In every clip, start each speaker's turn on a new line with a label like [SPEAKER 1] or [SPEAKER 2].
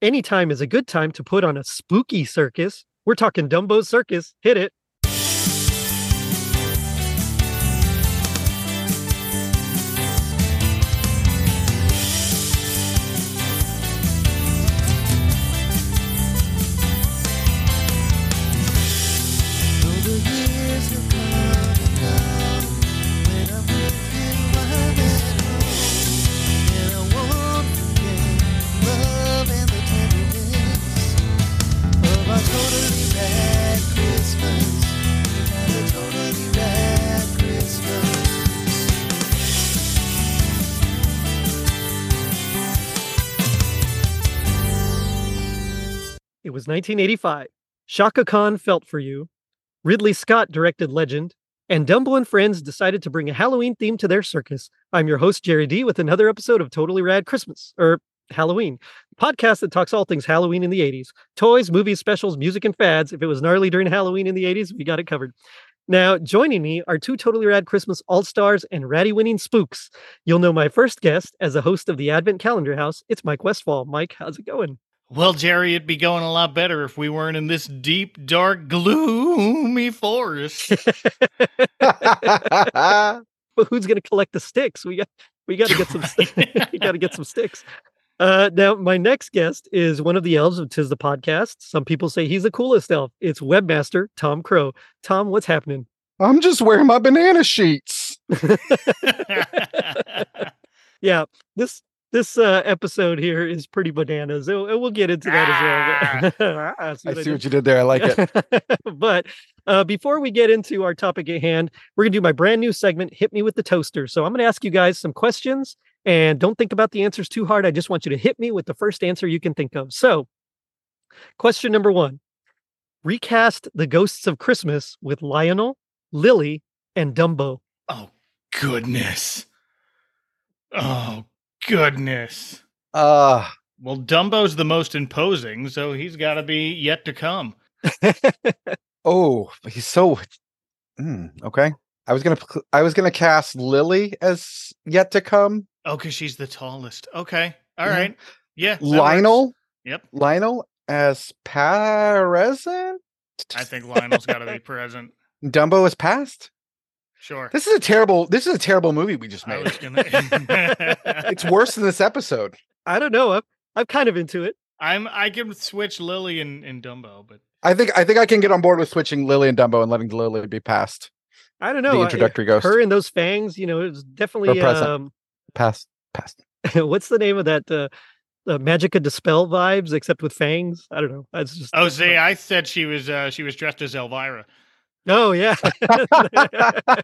[SPEAKER 1] Any time is a good time to put on a spooky circus. We're talking Dumbo Circus. Hit it. It was 1985. Shaka Khan felt for you. Ridley Scott directed Legend. And Dumbo and Friends decided to bring a Halloween theme to their circus. I'm your host, Jerry D, with another episode of Totally Rad Christmas, or Halloween, a podcast that talks all things Halloween in the 80s toys, movies, specials, music, and fads. If it was gnarly during Halloween in the 80s, we got it covered. Now, joining me are two Totally Rad Christmas All Stars and Ratty Winning Spooks. You'll know my first guest as a host of the Advent Calendar House. It's Mike Westfall. Mike, how's it going?
[SPEAKER 2] Well, Jerry, it'd be going a lot better if we weren't in this deep, dark, gloomy forest.
[SPEAKER 3] That's
[SPEAKER 1] but who's going to collect the sticks? We got we got to get some sti- we got to get some sticks. Uh, now, my next guest is one of the elves of Tis the Podcast. Some people say he's the coolest elf. It's webmaster Tom Crow. Tom, what's happening?
[SPEAKER 3] I'm just wearing my banana sheets.
[SPEAKER 1] Yeah, this this uh, episode here is pretty bananas, and and we'll get into that as well. Ah,
[SPEAKER 3] I
[SPEAKER 1] what I
[SPEAKER 3] see
[SPEAKER 1] did
[SPEAKER 3] what you did there. I like it.
[SPEAKER 1] but uh, before we get into our topic at hand, we're going to do my brand new segment, Hit Me with the Toaster. So I'm going to ask you guys some questions and don't think about the answers too hard. I just want you to hit me with the first answer you can think of. So, question number one recast the Ghosts of Christmas with Lionel, Lily, and Dumbo.
[SPEAKER 2] oh, goodness. Oh, goodness.
[SPEAKER 3] Uh,
[SPEAKER 2] Well, Dumbo's the most imposing, so he's got to be yet to come.
[SPEAKER 3] oh, but he's so. Mm, okay. I was gonna. pl- I was gonna cast Lily as yet to come.
[SPEAKER 2] Oh, because she's the tallest. Okay. all
[SPEAKER 3] Mhm.
[SPEAKER 2] right. Yeah. that works.
[SPEAKER 3] Lionel.
[SPEAKER 2] Yep.
[SPEAKER 3] Lionel as present.
[SPEAKER 2] I think Lionel's got to be present.
[SPEAKER 3] Dumbo is past.
[SPEAKER 2] Sure.
[SPEAKER 3] This is a terrible. This is a terrible movie we just
[SPEAKER 2] I
[SPEAKER 3] made.
[SPEAKER 2] was gonna.
[SPEAKER 3] it's worse than this episode.
[SPEAKER 1] I don't know. I'm, I'm kind of into it.
[SPEAKER 2] I'm. I can switch Lily and, and Dumbo, but
[SPEAKER 3] I think. I think I can get on board with switching Lily and Dumbo and letting Lily be past
[SPEAKER 1] I don't know.
[SPEAKER 3] the
[SPEAKER 1] I-
[SPEAKER 3] introductory ghost.
[SPEAKER 1] her and those fangs, you know, it was definitely
[SPEAKER 3] present.
[SPEAKER 1] um,
[SPEAKER 3] Past. Past.
[SPEAKER 1] what's the name of that uh, uh magica dispel vibes except with fangs i don't know that's just
[SPEAKER 2] oh, see, I said she was. Uh, she was dressed as Elvira.
[SPEAKER 1] oh yeah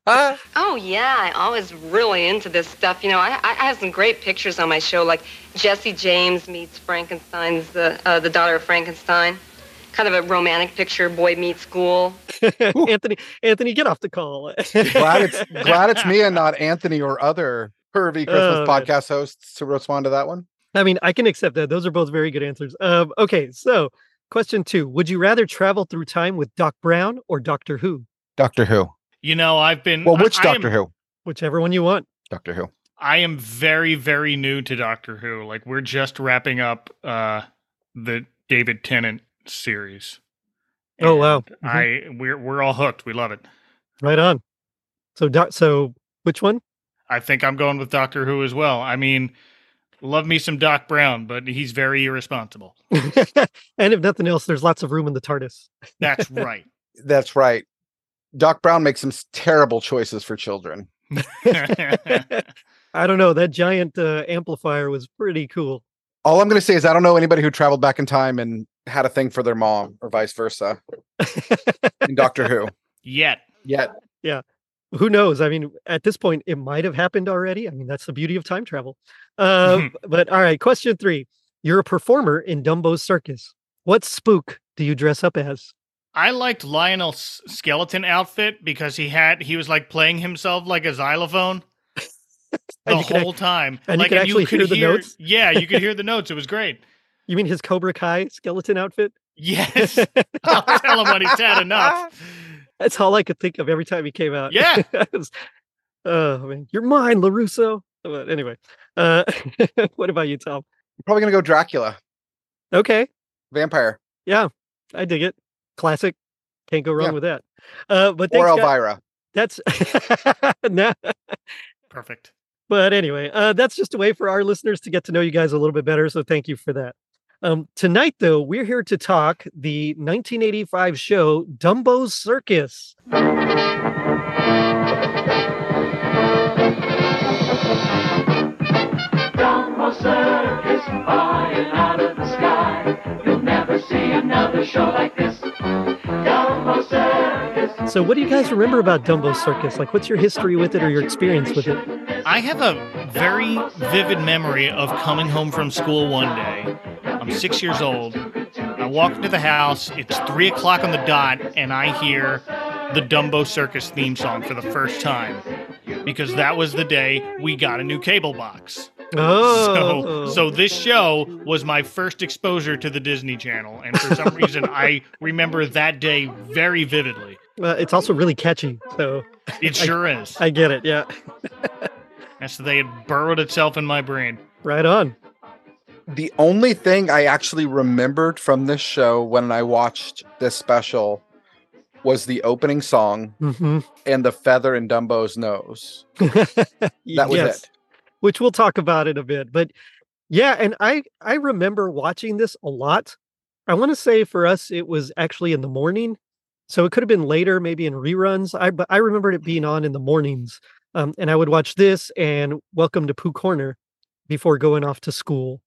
[SPEAKER 3] Ah!
[SPEAKER 4] Oh yeah, I was really into this stuff. You know, I, I I have some great pictures on my show, like Jesse James meets Frankenstein's the uh, the daughter of Frankenstein, kind of a romantic picture, boy meets ghoul.
[SPEAKER 3] Ooh.
[SPEAKER 1] anthony anthony get off the call
[SPEAKER 3] glad it's glad it's me and not Anthony or other pervy Christmas
[SPEAKER 1] Oh, man.
[SPEAKER 3] podcast hosts to respond to that one.
[SPEAKER 1] i mean i can accept that those are both very good answers um okay so question two would you rather travel through time with doc brown or doctor who
[SPEAKER 3] Doctor Who.
[SPEAKER 2] You know, I've
[SPEAKER 1] Mm,
[SPEAKER 2] been.
[SPEAKER 3] Well, which
[SPEAKER 2] I,
[SPEAKER 3] Doctor
[SPEAKER 2] I am,
[SPEAKER 3] Who?
[SPEAKER 1] whichever one you want
[SPEAKER 3] Doctor Who.
[SPEAKER 2] I am very, very new to Doctor Who. Like we're just wrapping up uh the David Tennant series.
[SPEAKER 1] Oh, wow.
[SPEAKER 2] And I we're we're all hooked. We love it.
[SPEAKER 1] right on so doc so which one
[SPEAKER 2] I think I'm going with Doctor Who as well. I mean, love me some Doc Brown, but he's very irresponsible.
[SPEAKER 1] and if nothing else there's lots of room in the tardis
[SPEAKER 2] That's right.
[SPEAKER 3] That's right. Doc Brown makes some s- terrible choices for children.
[SPEAKER 1] i don't know that giant uh, amplifier was pretty cool
[SPEAKER 3] All I'm going to say is I don't know anybody who traveled back in time and had a thing for their mom or vice versa in Doctor Who.
[SPEAKER 2] Yet.
[SPEAKER 3] Yet
[SPEAKER 1] who knows? I mean, at this point, it might have happened already. I mean, that's the beauty of time travel. Uh,
[SPEAKER 2] Mhm.
[SPEAKER 1] But all right, question three. You're a performer in Dumbo's circus. What spook do you dress up as?
[SPEAKER 2] I liked Lionel's skeleton outfit because he had he was like playing himself like a xylophone the
[SPEAKER 1] And you could ac-
[SPEAKER 2] whole time.
[SPEAKER 1] and you
[SPEAKER 2] like
[SPEAKER 1] could actually hear the notes?
[SPEAKER 2] Yeah, you could hear the notes. It was great.
[SPEAKER 1] You mean his Cobra Kai skeleton outfit?
[SPEAKER 2] Yes. I'll tell him when he's had enough.
[SPEAKER 1] That's all I could think of every time he came out.
[SPEAKER 2] Yeah.
[SPEAKER 1] It was- oh man, you're mine, Larusso. But anyway, uh, what about you, Tom?
[SPEAKER 3] I'm probably going to go Dracula.
[SPEAKER 1] Okay.
[SPEAKER 3] Vampire
[SPEAKER 1] I dig it. Classic. Can't go wrong
[SPEAKER 3] Yeah.
[SPEAKER 1] with that. Uh, but thanks,
[SPEAKER 3] or
[SPEAKER 1] guy-
[SPEAKER 3] Elvira.
[SPEAKER 1] that's no,
[SPEAKER 2] Perfect.
[SPEAKER 1] but anyway, uh, that's just a way for our listeners to get to know you guys a little bit better. So thank you for that. Um, tonight, though, we're here to talk the 1985 show Dumbo's Circus.
[SPEAKER 5] Dumbo Circus flying out of the sky. You'll never see another show like this. Dumbo Circus.
[SPEAKER 1] So, what do you guys remember about Dumbo's Circus? Like, what's your history with it or your experience with it?
[SPEAKER 2] I have a very vivid memory of coming home from school one day. I'm six years old. I walk into the house. It's three o'clock on the dot, and I hear the Dumbo Circus theme song for the first time because that was the day we got a new cable box.
[SPEAKER 1] Oh,
[SPEAKER 2] So, so this show was my first exposure to the Disney Channel, and for some reason, I remember that day very vividly.
[SPEAKER 1] uh, it's also really catchy. So,
[SPEAKER 2] It sure is.
[SPEAKER 1] I get it. Yeah,
[SPEAKER 2] And so they had burrowed itself in my brain.
[SPEAKER 1] right on.
[SPEAKER 3] The only thing I actually remembered from this show when I watched this special was the opening song
[SPEAKER 1] hmm
[SPEAKER 3] and the feather in Dumbo's nose. That was it.
[SPEAKER 1] which we'll talk about in a bit. But yeah, and I I remember watching this a lot. I want to say for us it was actually in the morning, so it could have been later, maybe in reruns. I but I remembered it being on in the mornings, um, and I would watch this and Welcome to Pooh Corner before going off to school,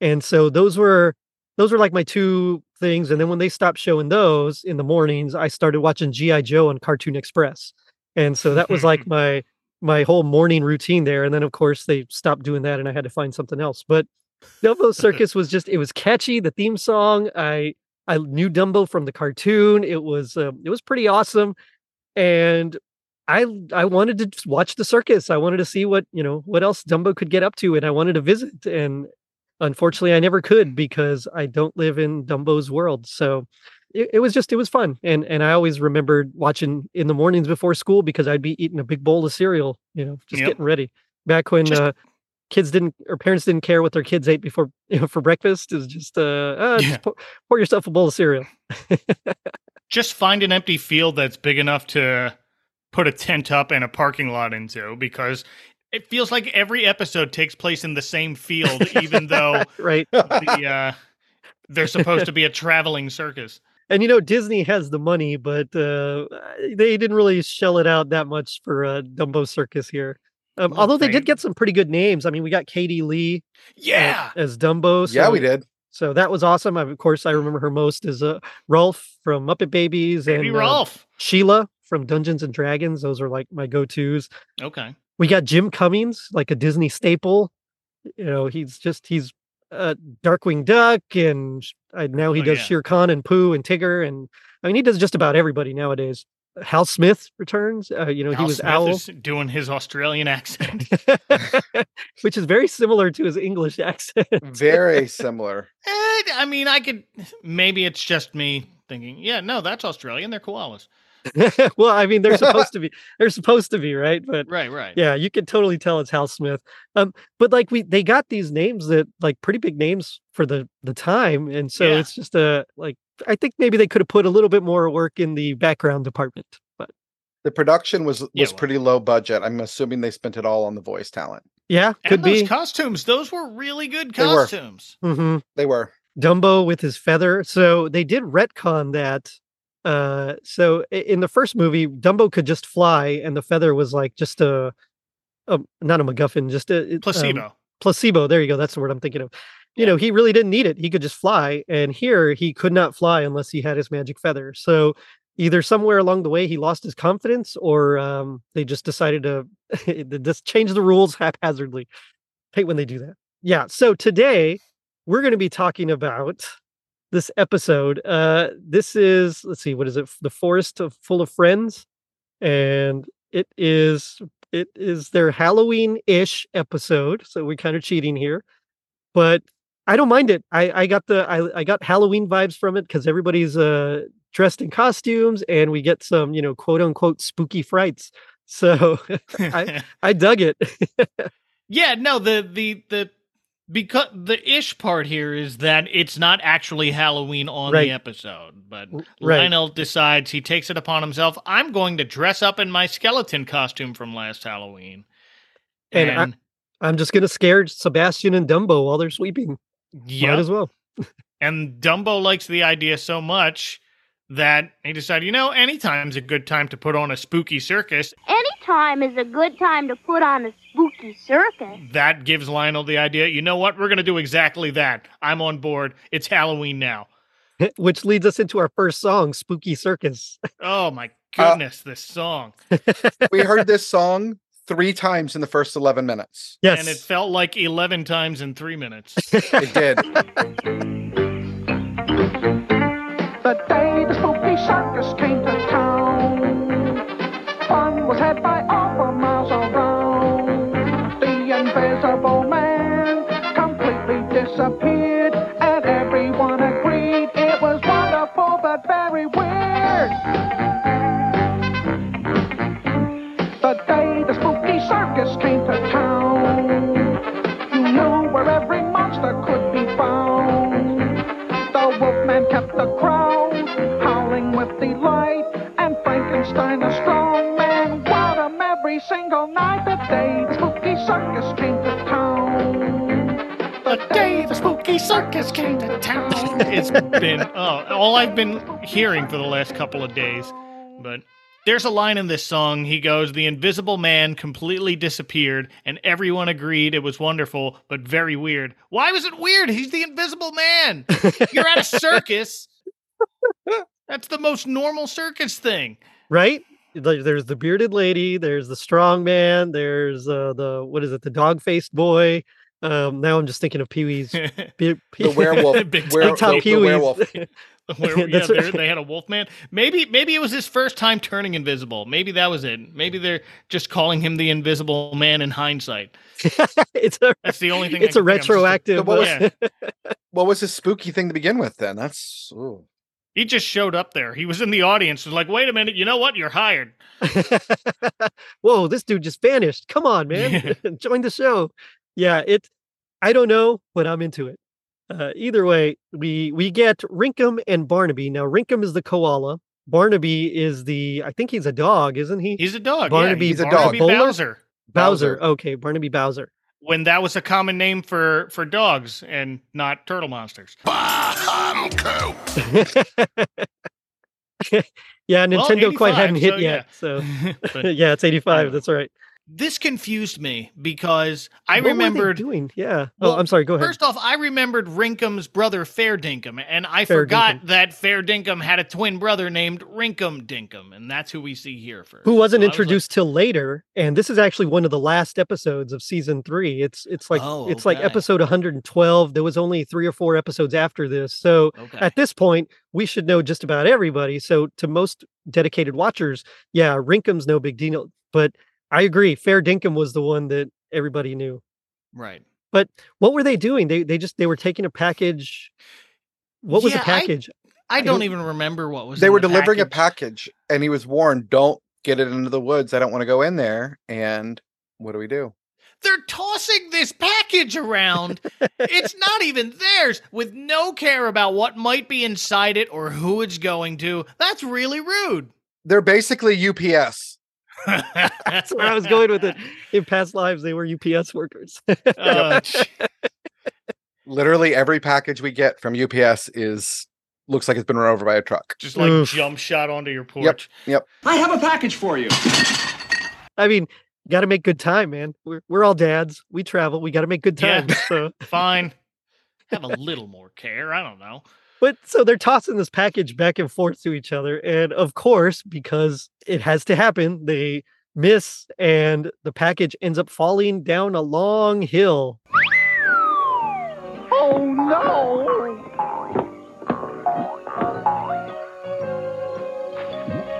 [SPEAKER 1] and so those were those were like my two things. And then when they stopped showing those in the mornings, I started watching GI Joe on Cartoon Express, and so that was like my my whole morning routine there. And then of course they stopped doing that and I had to find something else. But Dumbo Circus was just it was catchy. The theme song, I I knew Dumbo from the cartoon. It was um, it was pretty awesome, and I I wanted to just watch the circus. I wanted to see what you know what else Dumbo could get up to, and I wanted to visit. And unfortunately, I never could because I don't live in Dumbo's world. So it, it was just it was fun, and and I always remembered watching in the mornings before school because I'd be eating a big bowl of cereal, you know, just
[SPEAKER 2] Yep.
[SPEAKER 1] getting ready. Back when
[SPEAKER 2] Just-
[SPEAKER 1] uh, kids didn't or parents didn't care what their kids ate before you know, for breakfast is just uh, uh
[SPEAKER 2] Yeah.
[SPEAKER 1] just pour, pour yourself a bowl of cereal.
[SPEAKER 2] just find an empty field that's big enough to put a tent up and a parking lot into because it feels like every episode takes place in the same field, even though
[SPEAKER 1] right?
[SPEAKER 2] the, uh, they're supposed to be a traveling circus.
[SPEAKER 1] And you know Disney has the money, but uh, they didn't really shell it out that much for uh, Dumbo Circus here. Um,
[SPEAKER 3] Oh,
[SPEAKER 2] No,
[SPEAKER 1] although they did
[SPEAKER 2] they-
[SPEAKER 1] get some pretty good names. I mean, we got Katie Lee uh,
[SPEAKER 2] Yeah.
[SPEAKER 1] as Dumbo.
[SPEAKER 3] yeah, we
[SPEAKER 1] so-
[SPEAKER 3] did.
[SPEAKER 1] So that was awesome. I, of course, I remember her most as uh, Rolf from Muppet Babies
[SPEAKER 2] Baby
[SPEAKER 1] and uh,
[SPEAKER 2] Rolf.
[SPEAKER 1] Sheila from Dungeons and Dragons. Those are like my go tos.
[SPEAKER 2] Okay.
[SPEAKER 1] We got Jim Cummings, like a Disney staple. You know, he's just he's uh, Darkwing Duck, and sh- I, now he
[SPEAKER 2] Oh,
[SPEAKER 1] does
[SPEAKER 2] yeah.
[SPEAKER 1] Shere Khan and Pooh and Tigger, and I mean he does just about everybody nowadays. Hal Smith returns. Uh, you know,
[SPEAKER 2] Al
[SPEAKER 1] he was
[SPEAKER 2] Smith
[SPEAKER 1] Owl,
[SPEAKER 2] is doing his Australian accent.
[SPEAKER 1] which is very similar to his English accent.
[SPEAKER 3] Very similar.
[SPEAKER 2] Eh, I mean, I could maybe it's just me thinking, yeah, no, that's Australian. They're koalas.
[SPEAKER 1] well, I mean they're supposed to be. They're supposed to be right, but
[SPEAKER 2] Right, right.
[SPEAKER 1] yeah you can totally tell it's hal smith um but like we they got these names that like pretty big names for the the time and so
[SPEAKER 2] Yeah.
[SPEAKER 1] it's just a like i think maybe they could have put a little bit more work in the background department but
[SPEAKER 3] The production was was
[SPEAKER 2] Yeah, well.
[SPEAKER 3] pretty low budget. I'm assuming they spent it all on the voice talent.
[SPEAKER 1] yeah could
[SPEAKER 2] and those
[SPEAKER 1] be
[SPEAKER 2] costumes, those were really good
[SPEAKER 3] They were.
[SPEAKER 2] costumes.
[SPEAKER 1] hmm
[SPEAKER 3] They were.
[SPEAKER 1] dumbo with his feather so they did retcon that uh so i- in the first movie dumbo could just fly and the feather was like just a um, not a MacGuffin, just a it- um,
[SPEAKER 2] Placebo.
[SPEAKER 1] placebo. There you go. That's the word I'm thinking of. You
[SPEAKER 2] Yeah.
[SPEAKER 1] know, he really didn't need it. He could just fly. And here he could not fly unless he had his magic feather. So either somewhere along the way he lost his confidence or um, they just decided to they just change the rules haphazardly. Hate when they do that. Yeah. So today we're going to be talking about this episode. Uh, this is, let's see, what is it? The Forest of Full of Friends. And it is it is their Halloween-ish episode, so we're kind of cheating here, but I don't mind it. I, I got the I, I got Halloween vibes from it because everybody's uh, dressed in costumes and we get some you know quote unquote spooky frights. So Um, I- I dug it.
[SPEAKER 2] Yeah, no, the the the because the ish part here is that it's not actually Halloween on
[SPEAKER 1] Right.
[SPEAKER 2] the episode, but
[SPEAKER 1] R- right.
[SPEAKER 2] Lionel decides he takes it upon himself. I'm going to dress up in my skeleton costume from last Halloween.
[SPEAKER 1] And I- I'm just gonna scare Sebastian and Dumbo while they're sweeping. Might
[SPEAKER 2] yeah,
[SPEAKER 1] as well.
[SPEAKER 2] and Dumbo likes the idea so much that he decided, you know, anytime's a good time to put on a spooky circus.
[SPEAKER 6] Any time is a good time to put on a spooky circus.
[SPEAKER 2] That gives Lionel the idea, you know what? We're going to do exactly that. I'm on board. It's Halloween now.
[SPEAKER 1] Which leads us into our first song, Spooky Circus.
[SPEAKER 2] Oh my
[SPEAKER 3] Uh,
[SPEAKER 2] goodness, this song.
[SPEAKER 3] we heard this song three times in the first 11 minutes.
[SPEAKER 1] Yes.
[SPEAKER 2] And it felt like 11 times in three minutes.
[SPEAKER 3] It did.
[SPEAKER 7] The day the spooky circus came to town, fun was had by all for miles around. The invisible man completely disappeared, and everyone agreed it was wonderful but very weird. The day the spooky circus came to town, you knew where every monster could be found. The wolfman kept the crow, howling with delight, and Frankenstein a strong man wowed him every single night. The day the spooky circus came to town. The day the spooky circus came to town.
[SPEAKER 2] it's been oh, all I've been hearing for the last couple of days. But there's a line in this song. He goes, "The Invisible Man completely disappeared, and everyone agreed it was wonderful, but very weird. Why was it weird? He's the Invisible Man. You're at a circus. That's the most normal circus thing.
[SPEAKER 1] right? There- There's the bearded lady, there's the strong man, there's uh, the what is it, the dog faced boy. Um, now I'm just thinking of Pee Wee's. Pee-
[SPEAKER 3] The werewolf.
[SPEAKER 2] Big
[SPEAKER 3] were-
[SPEAKER 1] Big Top
[SPEAKER 3] the- the
[SPEAKER 1] Pee Wee's.
[SPEAKER 3] werewolf.
[SPEAKER 2] Where, yeah,
[SPEAKER 1] That's
[SPEAKER 2] there-
[SPEAKER 1] right.
[SPEAKER 2] they had a wolf man. Maybe maybe it was his first time turning invisible. Maybe that was it. Maybe they're just calling him the Invisible Man in hindsight.
[SPEAKER 1] it's a
[SPEAKER 2] That's the only thing. I
[SPEAKER 1] it's a
[SPEAKER 2] can think of. It's just
[SPEAKER 1] retroactive.
[SPEAKER 3] what was-
[SPEAKER 1] uh,
[SPEAKER 2] yeah,
[SPEAKER 3] What was this spooky thing to begin with then? That's ooh.
[SPEAKER 2] he just showed up there. He was in the audience. Was like, wait a minute. You know what? You're hired.
[SPEAKER 1] uh, Whoa, this dude just vanished. Come on, man. Join the show. Yeah, it I don't know, but I'm into it. Uh, either way, we we get Rinkum and Barnaby. Now Rinkum is the koala. Barnaby is the I think he's a dog, isn't he?
[SPEAKER 2] He's a dog.
[SPEAKER 1] Barnaby-
[SPEAKER 2] yeah,
[SPEAKER 3] He's a
[SPEAKER 2] Barnaby
[SPEAKER 3] dog.
[SPEAKER 1] Bowler?
[SPEAKER 2] Bowser. Oh,
[SPEAKER 1] Bowser.
[SPEAKER 3] Bowser.
[SPEAKER 1] Okay, Barnaby Bowser.
[SPEAKER 2] When that was a common name for for dogs and not turtle monsters.
[SPEAKER 1] yeah, Nintendo quite
[SPEAKER 2] 85,
[SPEAKER 1] hadn't hit
[SPEAKER 2] so
[SPEAKER 1] yet. So
[SPEAKER 2] But um,
[SPEAKER 1] yeah, it's 85.
[SPEAKER 2] know.
[SPEAKER 1] That's all right.
[SPEAKER 2] this confused me because I
[SPEAKER 1] What were they
[SPEAKER 2] remembered
[SPEAKER 1] doing. Yeah. oh,
[SPEAKER 2] Well,
[SPEAKER 1] I'm sorry. Go ahead.
[SPEAKER 2] First off, I remembered Rinkum's brother Fair Dinkum, and I
[SPEAKER 1] Fair
[SPEAKER 2] forgot
[SPEAKER 1] Dinkum.
[SPEAKER 2] that Fair Dinkum had a twin brother named Rinkum Dinkum, and that's who we see here first.
[SPEAKER 1] Who wasn't
[SPEAKER 2] So I was like,
[SPEAKER 1] introduced till later, and this is actually one of the last episodes of season three. It's it's like
[SPEAKER 2] Oh,
[SPEAKER 1] it's like
[SPEAKER 2] okay.
[SPEAKER 1] episode 112. There was only three or four episodes after this, so
[SPEAKER 2] okay.
[SPEAKER 1] at this point we should know just about everybody. So to most dedicated watchers, yeah, Rinkum's no big deal, but I agree. Fair Dinkum was the one that everybody knew.
[SPEAKER 2] right.
[SPEAKER 1] what were they doing? They they just they were taking a package. What was
[SPEAKER 2] Yeah,
[SPEAKER 1] the
[SPEAKER 2] I-
[SPEAKER 1] package?
[SPEAKER 2] I
[SPEAKER 1] don't-
[SPEAKER 2] don't even remember what was.
[SPEAKER 3] They
[SPEAKER 2] in
[SPEAKER 3] were
[SPEAKER 2] the
[SPEAKER 3] delivering
[SPEAKER 2] package.
[SPEAKER 3] a package and he was warned, don't get it into the woods. I don't want to go in there. And what do we do?
[SPEAKER 2] They're tossing this package around. it's not even theirs, with no care about what might be inside it or who it's going to. That's really rude.
[SPEAKER 3] They're basically UPS.
[SPEAKER 2] that's
[SPEAKER 1] That's where I was going with it. In past lives, they were UPS workers.
[SPEAKER 3] Literally every package we get from UPS is looks like it's been run over by a truck.
[SPEAKER 2] just like
[SPEAKER 1] Oof.
[SPEAKER 2] jump shot onto your porch.
[SPEAKER 7] I have a package for you.
[SPEAKER 1] I mean, got to make good time, man. We're we're all dads. We travel. We got to make good
[SPEAKER 2] Yeah.
[SPEAKER 1] time. So,
[SPEAKER 2] Fine. Have a little more care. I don't know.
[SPEAKER 1] but so they're tossing this package back and forth to each other, and of course, because it has to happen, they miss, and the package ends up falling down a long hill.
[SPEAKER 7] Oh no!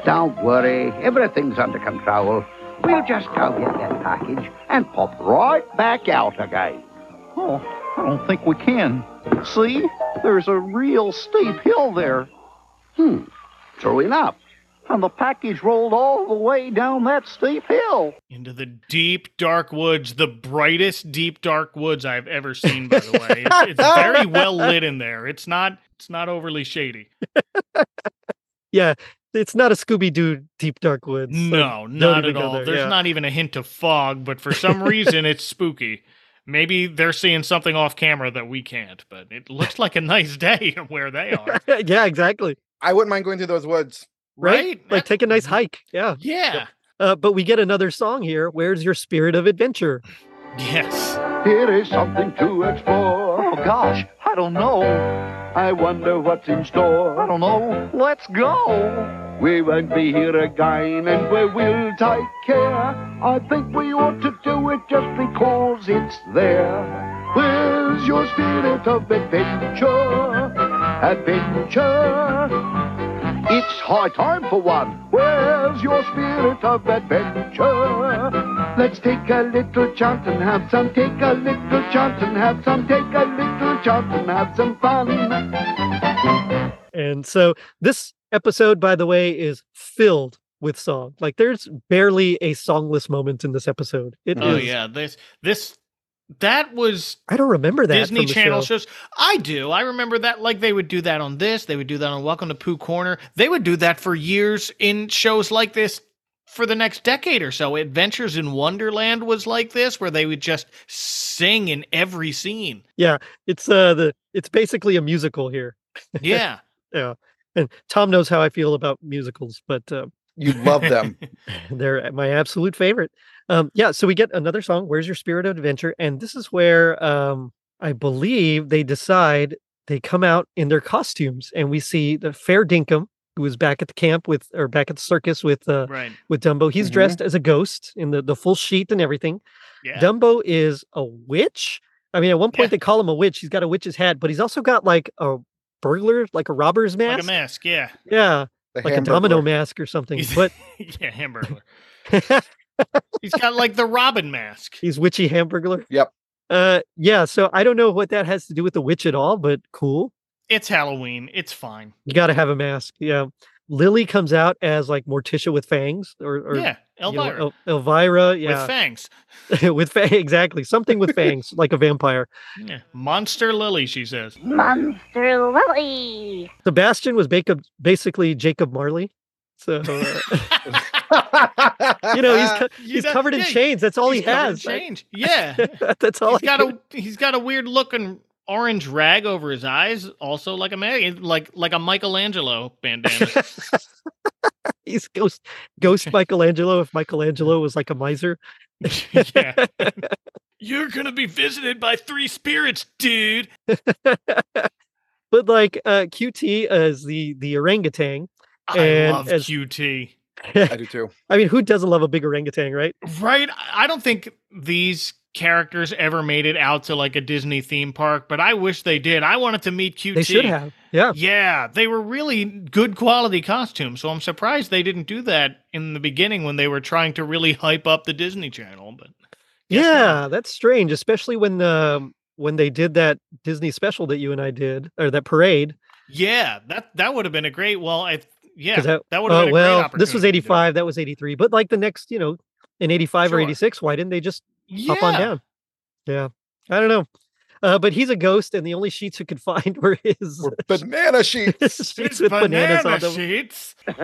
[SPEAKER 8] Don't worry, everything's under control. We'll just go get that package and pop right back out again. Oh, I don't think we can. See, there's a real steep hill there. Hmm, true enough. and the package rolled all the way down that steep hill.
[SPEAKER 2] Into the deep dark woods, the brightest deep dark woods I've ever seen. By the way, it's, it's very well lit in there. It's not. It's not overly shady.
[SPEAKER 1] Yeah, it's not a Scooby Doo deep dark woods. so
[SPEAKER 2] no,
[SPEAKER 1] don't
[SPEAKER 2] not
[SPEAKER 1] even
[SPEAKER 2] at
[SPEAKER 1] go
[SPEAKER 2] all.
[SPEAKER 1] there,
[SPEAKER 2] There's
[SPEAKER 1] yeah.
[SPEAKER 2] not even a hint of fog, but for some reason it's spooky. Maybe they're seeing something off camera that we can't, but it looks like a nice day where they are.
[SPEAKER 1] yeah, exactly.
[SPEAKER 3] I wouldn't mind going through those woods.
[SPEAKER 1] Right?
[SPEAKER 2] Right? Mhm.
[SPEAKER 1] Like take a nice hike. Yeah.
[SPEAKER 2] Yeah.
[SPEAKER 1] Uh, but we get another song here. Where's your spirit of adventure?
[SPEAKER 2] Yes.
[SPEAKER 8] Here is something to explore. Oh, gosh, I don't know. I wonder what's in store. I don't know. Let's go. We won't be here again, and we will take care. I think we ought to do it just because it's there. Where's your spirit of adventure? Adventure. It's high time for one. Where's your spirit of adventure? Let's take a little jaunt and have some. Take a little jaunt and have some. Take a little jaunt and have some fun.
[SPEAKER 1] And so this episode, by the way, is filled with song. Like there's barely a songless moment in this episode. It
[SPEAKER 2] Oh
[SPEAKER 1] is-
[SPEAKER 2] yeah. This this that was
[SPEAKER 1] I don't remember that.
[SPEAKER 2] Disney
[SPEAKER 1] from the
[SPEAKER 2] Channel
[SPEAKER 1] show.
[SPEAKER 2] shows. I do. I remember that. Like they would do that on this. They would do that on Welcome to Pooh Corner. They would do that for years in shows like this for the next decade or so. Adventures in Wonderland was like this, where they would just sing in every scene.
[SPEAKER 1] It's uh the it's basically a musical here.
[SPEAKER 2] Yeah.
[SPEAKER 1] And Tom knows how I feel about musicals, but uh,
[SPEAKER 3] You love them.
[SPEAKER 1] they're my absolute favorite. Um, yeah, so we get another song, Where's Your Spirit of Adventure? And this is where um, I believe they decide they come out in their costumes and we see the Fair Dinkum, who is back at the camp with or back at the circus with uh,
[SPEAKER 2] right.
[SPEAKER 1] with Dumbo. He's
[SPEAKER 3] Mhm.
[SPEAKER 2] Mm-hmm.
[SPEAKER 1] dressed as a ghost in the, the full sheet and everything.
[SPEAKER 2] Yeah.
[SPEAKER 1] Dumbo is a witch. I mean, at one point they
[SPEAKER 2] Yeah.
[SPEAKER 1] call him a witch. He's got a witch's hat, but he's also got like a burglar, like a robber's mask.
[SPEAKER 2] Like a mask. Yeah.
[SPEAKER 1] Yeah,
[SPEAKER 3] The
[SPEAKER 1] like a domino
[SPEAKER 3] Hamburglar.
[SPEAKER 1] mask or something.
[SPEAKER 2] He's-
[SPEAKER 1] But
[SPEAKER 2] yeah. Hamburger. He's got like the Robin mask.
[SPEAKER 1] He's witchy hamburglar.
[SPEAKER 3] Yep.
[SPEAKER 1] Uh, yeah. So I don't know what that has to do with the witch at all, but cool.
[SPEAKER 2] It's Halloween. It's fine.
[SPEAKER 1] You got to have a mask. Yeah. Lily comes out as like Morticia with fangs, or, or
[SPEAKER 2] yeah.
[SPEAKER 1] you know,
[SPEAKER 2] Elvira.
[SPEAKER 1] El- Elvira. Yeah,
[SPEAKER 2] With fangs.
[SPEAKER 1] with fangs. exactly. Something with fangs, like a vampire.
[SPEAKER 2] Yeah. Monster Lily, she says.
[SPEAKER 6] Monster Lily.
[SPEAKER 1] Sebastian was Jacob, basically Jacob Marley. So uh, you know he's co-
[SPEAKER 2] You
[SPEAKER 1] he's
[SPEAKER 2] know-
[SPEAKER 1] covered in
[SPEAKER 2] yeah,
[SPEAKER 1] chains. That's all he
[SPEAKER 2] He's covered in
[SPEAKER 1] has.
[SPEAKER 2] Change. Yeah.
[SPEAKER 1] That's all.
[SPEAKER 2] he's
[SPEAKER 1] he
[SPEAKER 2] got a he's got a weird looking orange rag over his eyes, also like a man like like a Michelangelo bandana.
[SPEAKER 1] He's ghost ghost Michelangelo. If Michelangelo was like a miser,
[SPEAKER 2] yeah. You're gonna be visited by three spirits, dude.
[SPEAKER 1] but like uh, QT as the the orangutan.
[SPEAKER 2] I
[SPEAKER 1] And
[SPEAKER 2] love
[SPEAKER 1] as-
[SPEAKER 2] QT.
[SPEAKER 3] I do too.
[SPEAKER 1] I mean, who doesn't love a big orangutan, right?
[SPEAKER 2] Right? I- I don't think these characters ever made it out to like a Disney theme park, but I wish they did. I wanted to meet QT.
[SPEAKER 1] They should have. Yeah.
[SPEAKER 2] Yeah, they were really good quality costumes. So I'm surprised they didn't do that in the beginning when they were trying to really hype up the Disney Channel. But guess
[SPEAKER 1] yeah,
[SPEAKER 2] not.
[SPEAKER 1] that's strange, especially when um when they did that Disney special that you and I did, or that parade.
[SPEAKER 2] yeah, that that would have been a great. Well, I yeah,
[SPEAKER 1] 'cause
[SPEAKER 2] that, would
[SPEAKER 1] uh,
[SPEAKER 2] have been a
[SPEAKER 1] well,
[SPEAKER 2] great.
[SPEAKER 1] this was
[SPEAKER 2] opportunity to do it.
[SPEAKER 1] 85, that was 83. But like the next, you know, in 85 or
[SPEAKER 2] Sure.
[SPEAKER 1] 86, why didn't they just
[SPEAKER 2] Yeah.
[SPEAKER 1] hop on down? Yeah. I don't know. Uh, but he's a ghost, and the only sheets you could find were his,
[SPEAKER 3] We're banana sheep.
[SPEAKER 1] his sheets
[SPEAKER 2] It's
[SPEAKER 1] with
[SPEAKER 2] banana
[SPEAKER 1] bananas on them.
[SPEAKER 2] sheets.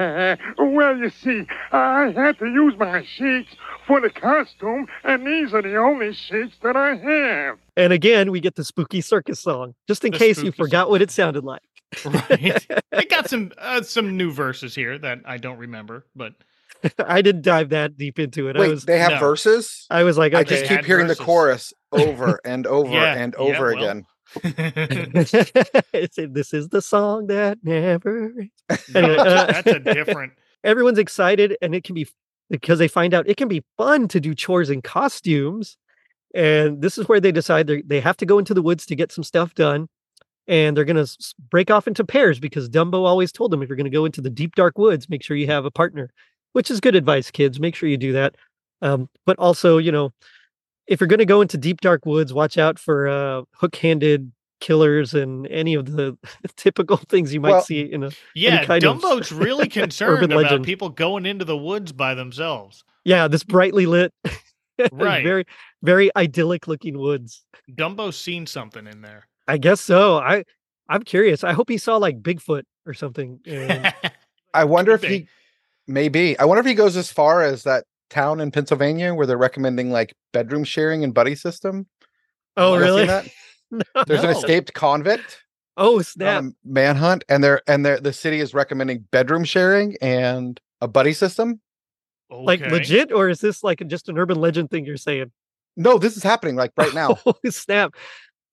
[SPEAKER 9] well, you see, I had to use my sheets for the costume, and these are the only sheets that I have.
[SPEAKER 1] And again, we get the spooky circus song, just in
[SPEAKER 2] The
[SPEAKER 1] case you
[SPEAKER 2] spooky
[SPEAKER 1] forgot
[SPEAKER 2] song.
[SPEAKER 1] what it sounded like.
[SPEAKER 2] Right. I got some uh, some new verses here that I don't remember, but
[SPEAKER 1] I didn't dive that deep into it. I
[SPEAKER 3] Wait,
[SPEAKER 1] was
[SPEAKER 3] they have
[SPEAKER 2] no.
[SPEAKER 3] verses?
[SPEAKER 1] I was like,
[SPEAKER 3] I
[SPEAKER 1] okay.
[SPEAKER 3] just
[SPEAKER 2] They
[SPEAKER 3] keep
[SPEAKER 2] had
[SPEAKER 3] hearing the
[SPEAKER 2] verses.
[SPEAKER 3] chorus over and over
[SPEAKER 2] Yeah,
[SPEAKER 3] and
[SPEAKER 2] yeah,
[SPEAKER 3] over
[SPEAKER 2] well.
[SPEAKER 3] again.
[SPEAKER 1] It's- this is the song that never. ends. Anyway, uh,
[SPEAKER 2] that's a different.
[SPEAKER 1] everyone's excited, and it can be because they find out it can be fun to do chores in costumes. And this is where they decide they they have to go into the woods to get some stuff done, and they're gonna s- break off into pairs because Dumbo always told them if you're gonna go into the deep dark woods, make sure you have a partner, which is good advice, kids. Make sure you do that. Um, but also, you know, if you're gonna go into deep dark woods, watch out for uh, hook-handed killers and any of the typical things you might
[SPEAKER 3] Well,
[SPEAKER 1] see in a
[SPEAKER 2] Yeah,
[SPEAKER 1] kind of
[SPEAKER 2] Dumbo's really concerned about
[SPEAKER 1] legend.
[SPEAKER 2] people going into the woods by themselves.
[SPEAKER 1] yeah this brightly lit
[SPEAKER 2] Right.
[SPEAKER 1] very very idyllic looking woods
[SPEAKER 2] Dumbo's seen something in there.
[SPEAKER 1] i guess so i i'm curious i hope he saw like bigfoot or something and-
[SPEAKER 3] I wonder if
[SPEAKER 2] They-
[SPEAKER 3] he maybe. I wonder if he goes as far as that town in Pennsylvania where they're recommending like bedroom sharing and buddy system.
[SPEAKER 1] oh
[SPEAKER 3] You guys seen
[SPEAKER 1] really
[SPEAKER 3] that?
[SPEAKER 1] No.
[SPEAKER 3] There's an
[SPEAKER 2] No.
[SPEAKER 3] escaped convict
[SPEAKER 1] oh
[SPEAKER 3] on
[SPEAKER 1] snap
[SPEAKER 3] a manhunt, and they're and they're the city is recommending bedroom sharing and a buddy system.
[SPEAKER 1] like
[SPEAKER 2] Okay.
[SPEAKER 1] legit or is this like just an urban legend thing you're saying
[SPEAKER 3] No, this is happening like right now.
[SPEAKER 1] oh snap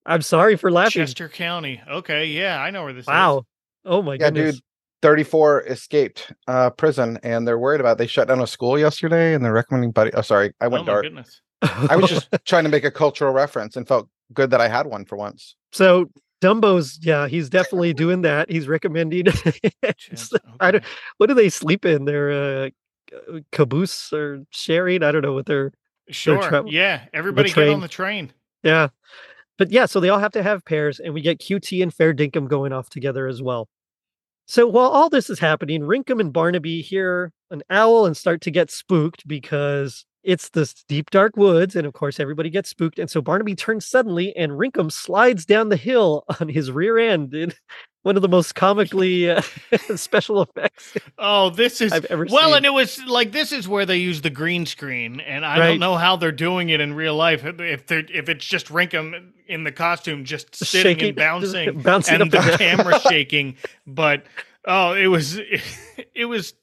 [SPEAKER 1] i'm sorry for laughing
[SPEAKER 2] Chester County. Okay, yeah, I know where this is.
[SPEAKER 1] wow oh my
[SPEAKER 3] yeah,
[SPEAKER 1] goodness
[SPEAKER 3] dude. 34 escaped uh prison and they're worried about it. they shut down a school yesterday and they're recommending buddy oh sorry i
[SPEAKER 2] oh
[SPEAKER 3] went
[SPEAKER 2] my
[SPEAKER 3] dark
[SPEAKER 2] goodness.
[SPEAKER 3] i was just trying to make a cultural reference and felt good that i had one for once
[SPEAKER 1] so dumbo's yeah he's definitely doing that he's recommending
[SPEAKER 2] Chance-
[SPEAKER 1] I don't-
[SPEAKER 2] okay.
[SPEAKER 1] what do they sleep in their uh, c- caboose or sharing i don't know what they're
[SPEAKER 2] Sure.
[SPEAKER 1] travel-
[SPEAKER 2] yeah, everybody get
[SPEAKER 1] train.
[SPEAKER 2] on the train.
[SPEAKER 1] yeah but yeah so they all have to have pairs and we get qt and fair dinkum going off together as well so while all this is happening rinkum and barnaby hear an owl and start to get spooked because it's this deep dark woods and of course everybody gets spooked and so barnaby turns suddenly and rinkum slides down the hill on his rear end in one of the most comically uh, special effects
[SPEAKER 2] Oh, this is
[SPEAKER 1] I've ever
[SPEAKER 2] well,
[SPEAKER 1] seen.
[SPEAKER 2] and it was like this is where they use the green screen, and I
[SPEAKER 1] Right.
[SPEAKER 2] don't know how they're doing it in real life. If they're if it's just Rinkum in the costume, just sitting
[SPEAKER 1] Shaking-
[SPEAKER 2] and bouncing,
[SPEAKER 1] bouncing
[SPEAKER 2] and
[SPEAKER 1] up and
[SPEAKER 2] the
[SPEAKER 1] down.
[SPEAKER 2] camera shaking. But oh, it was it was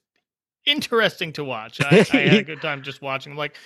[SPEAKER 2] interesting to watch. I, I had a good time just watching. I'm like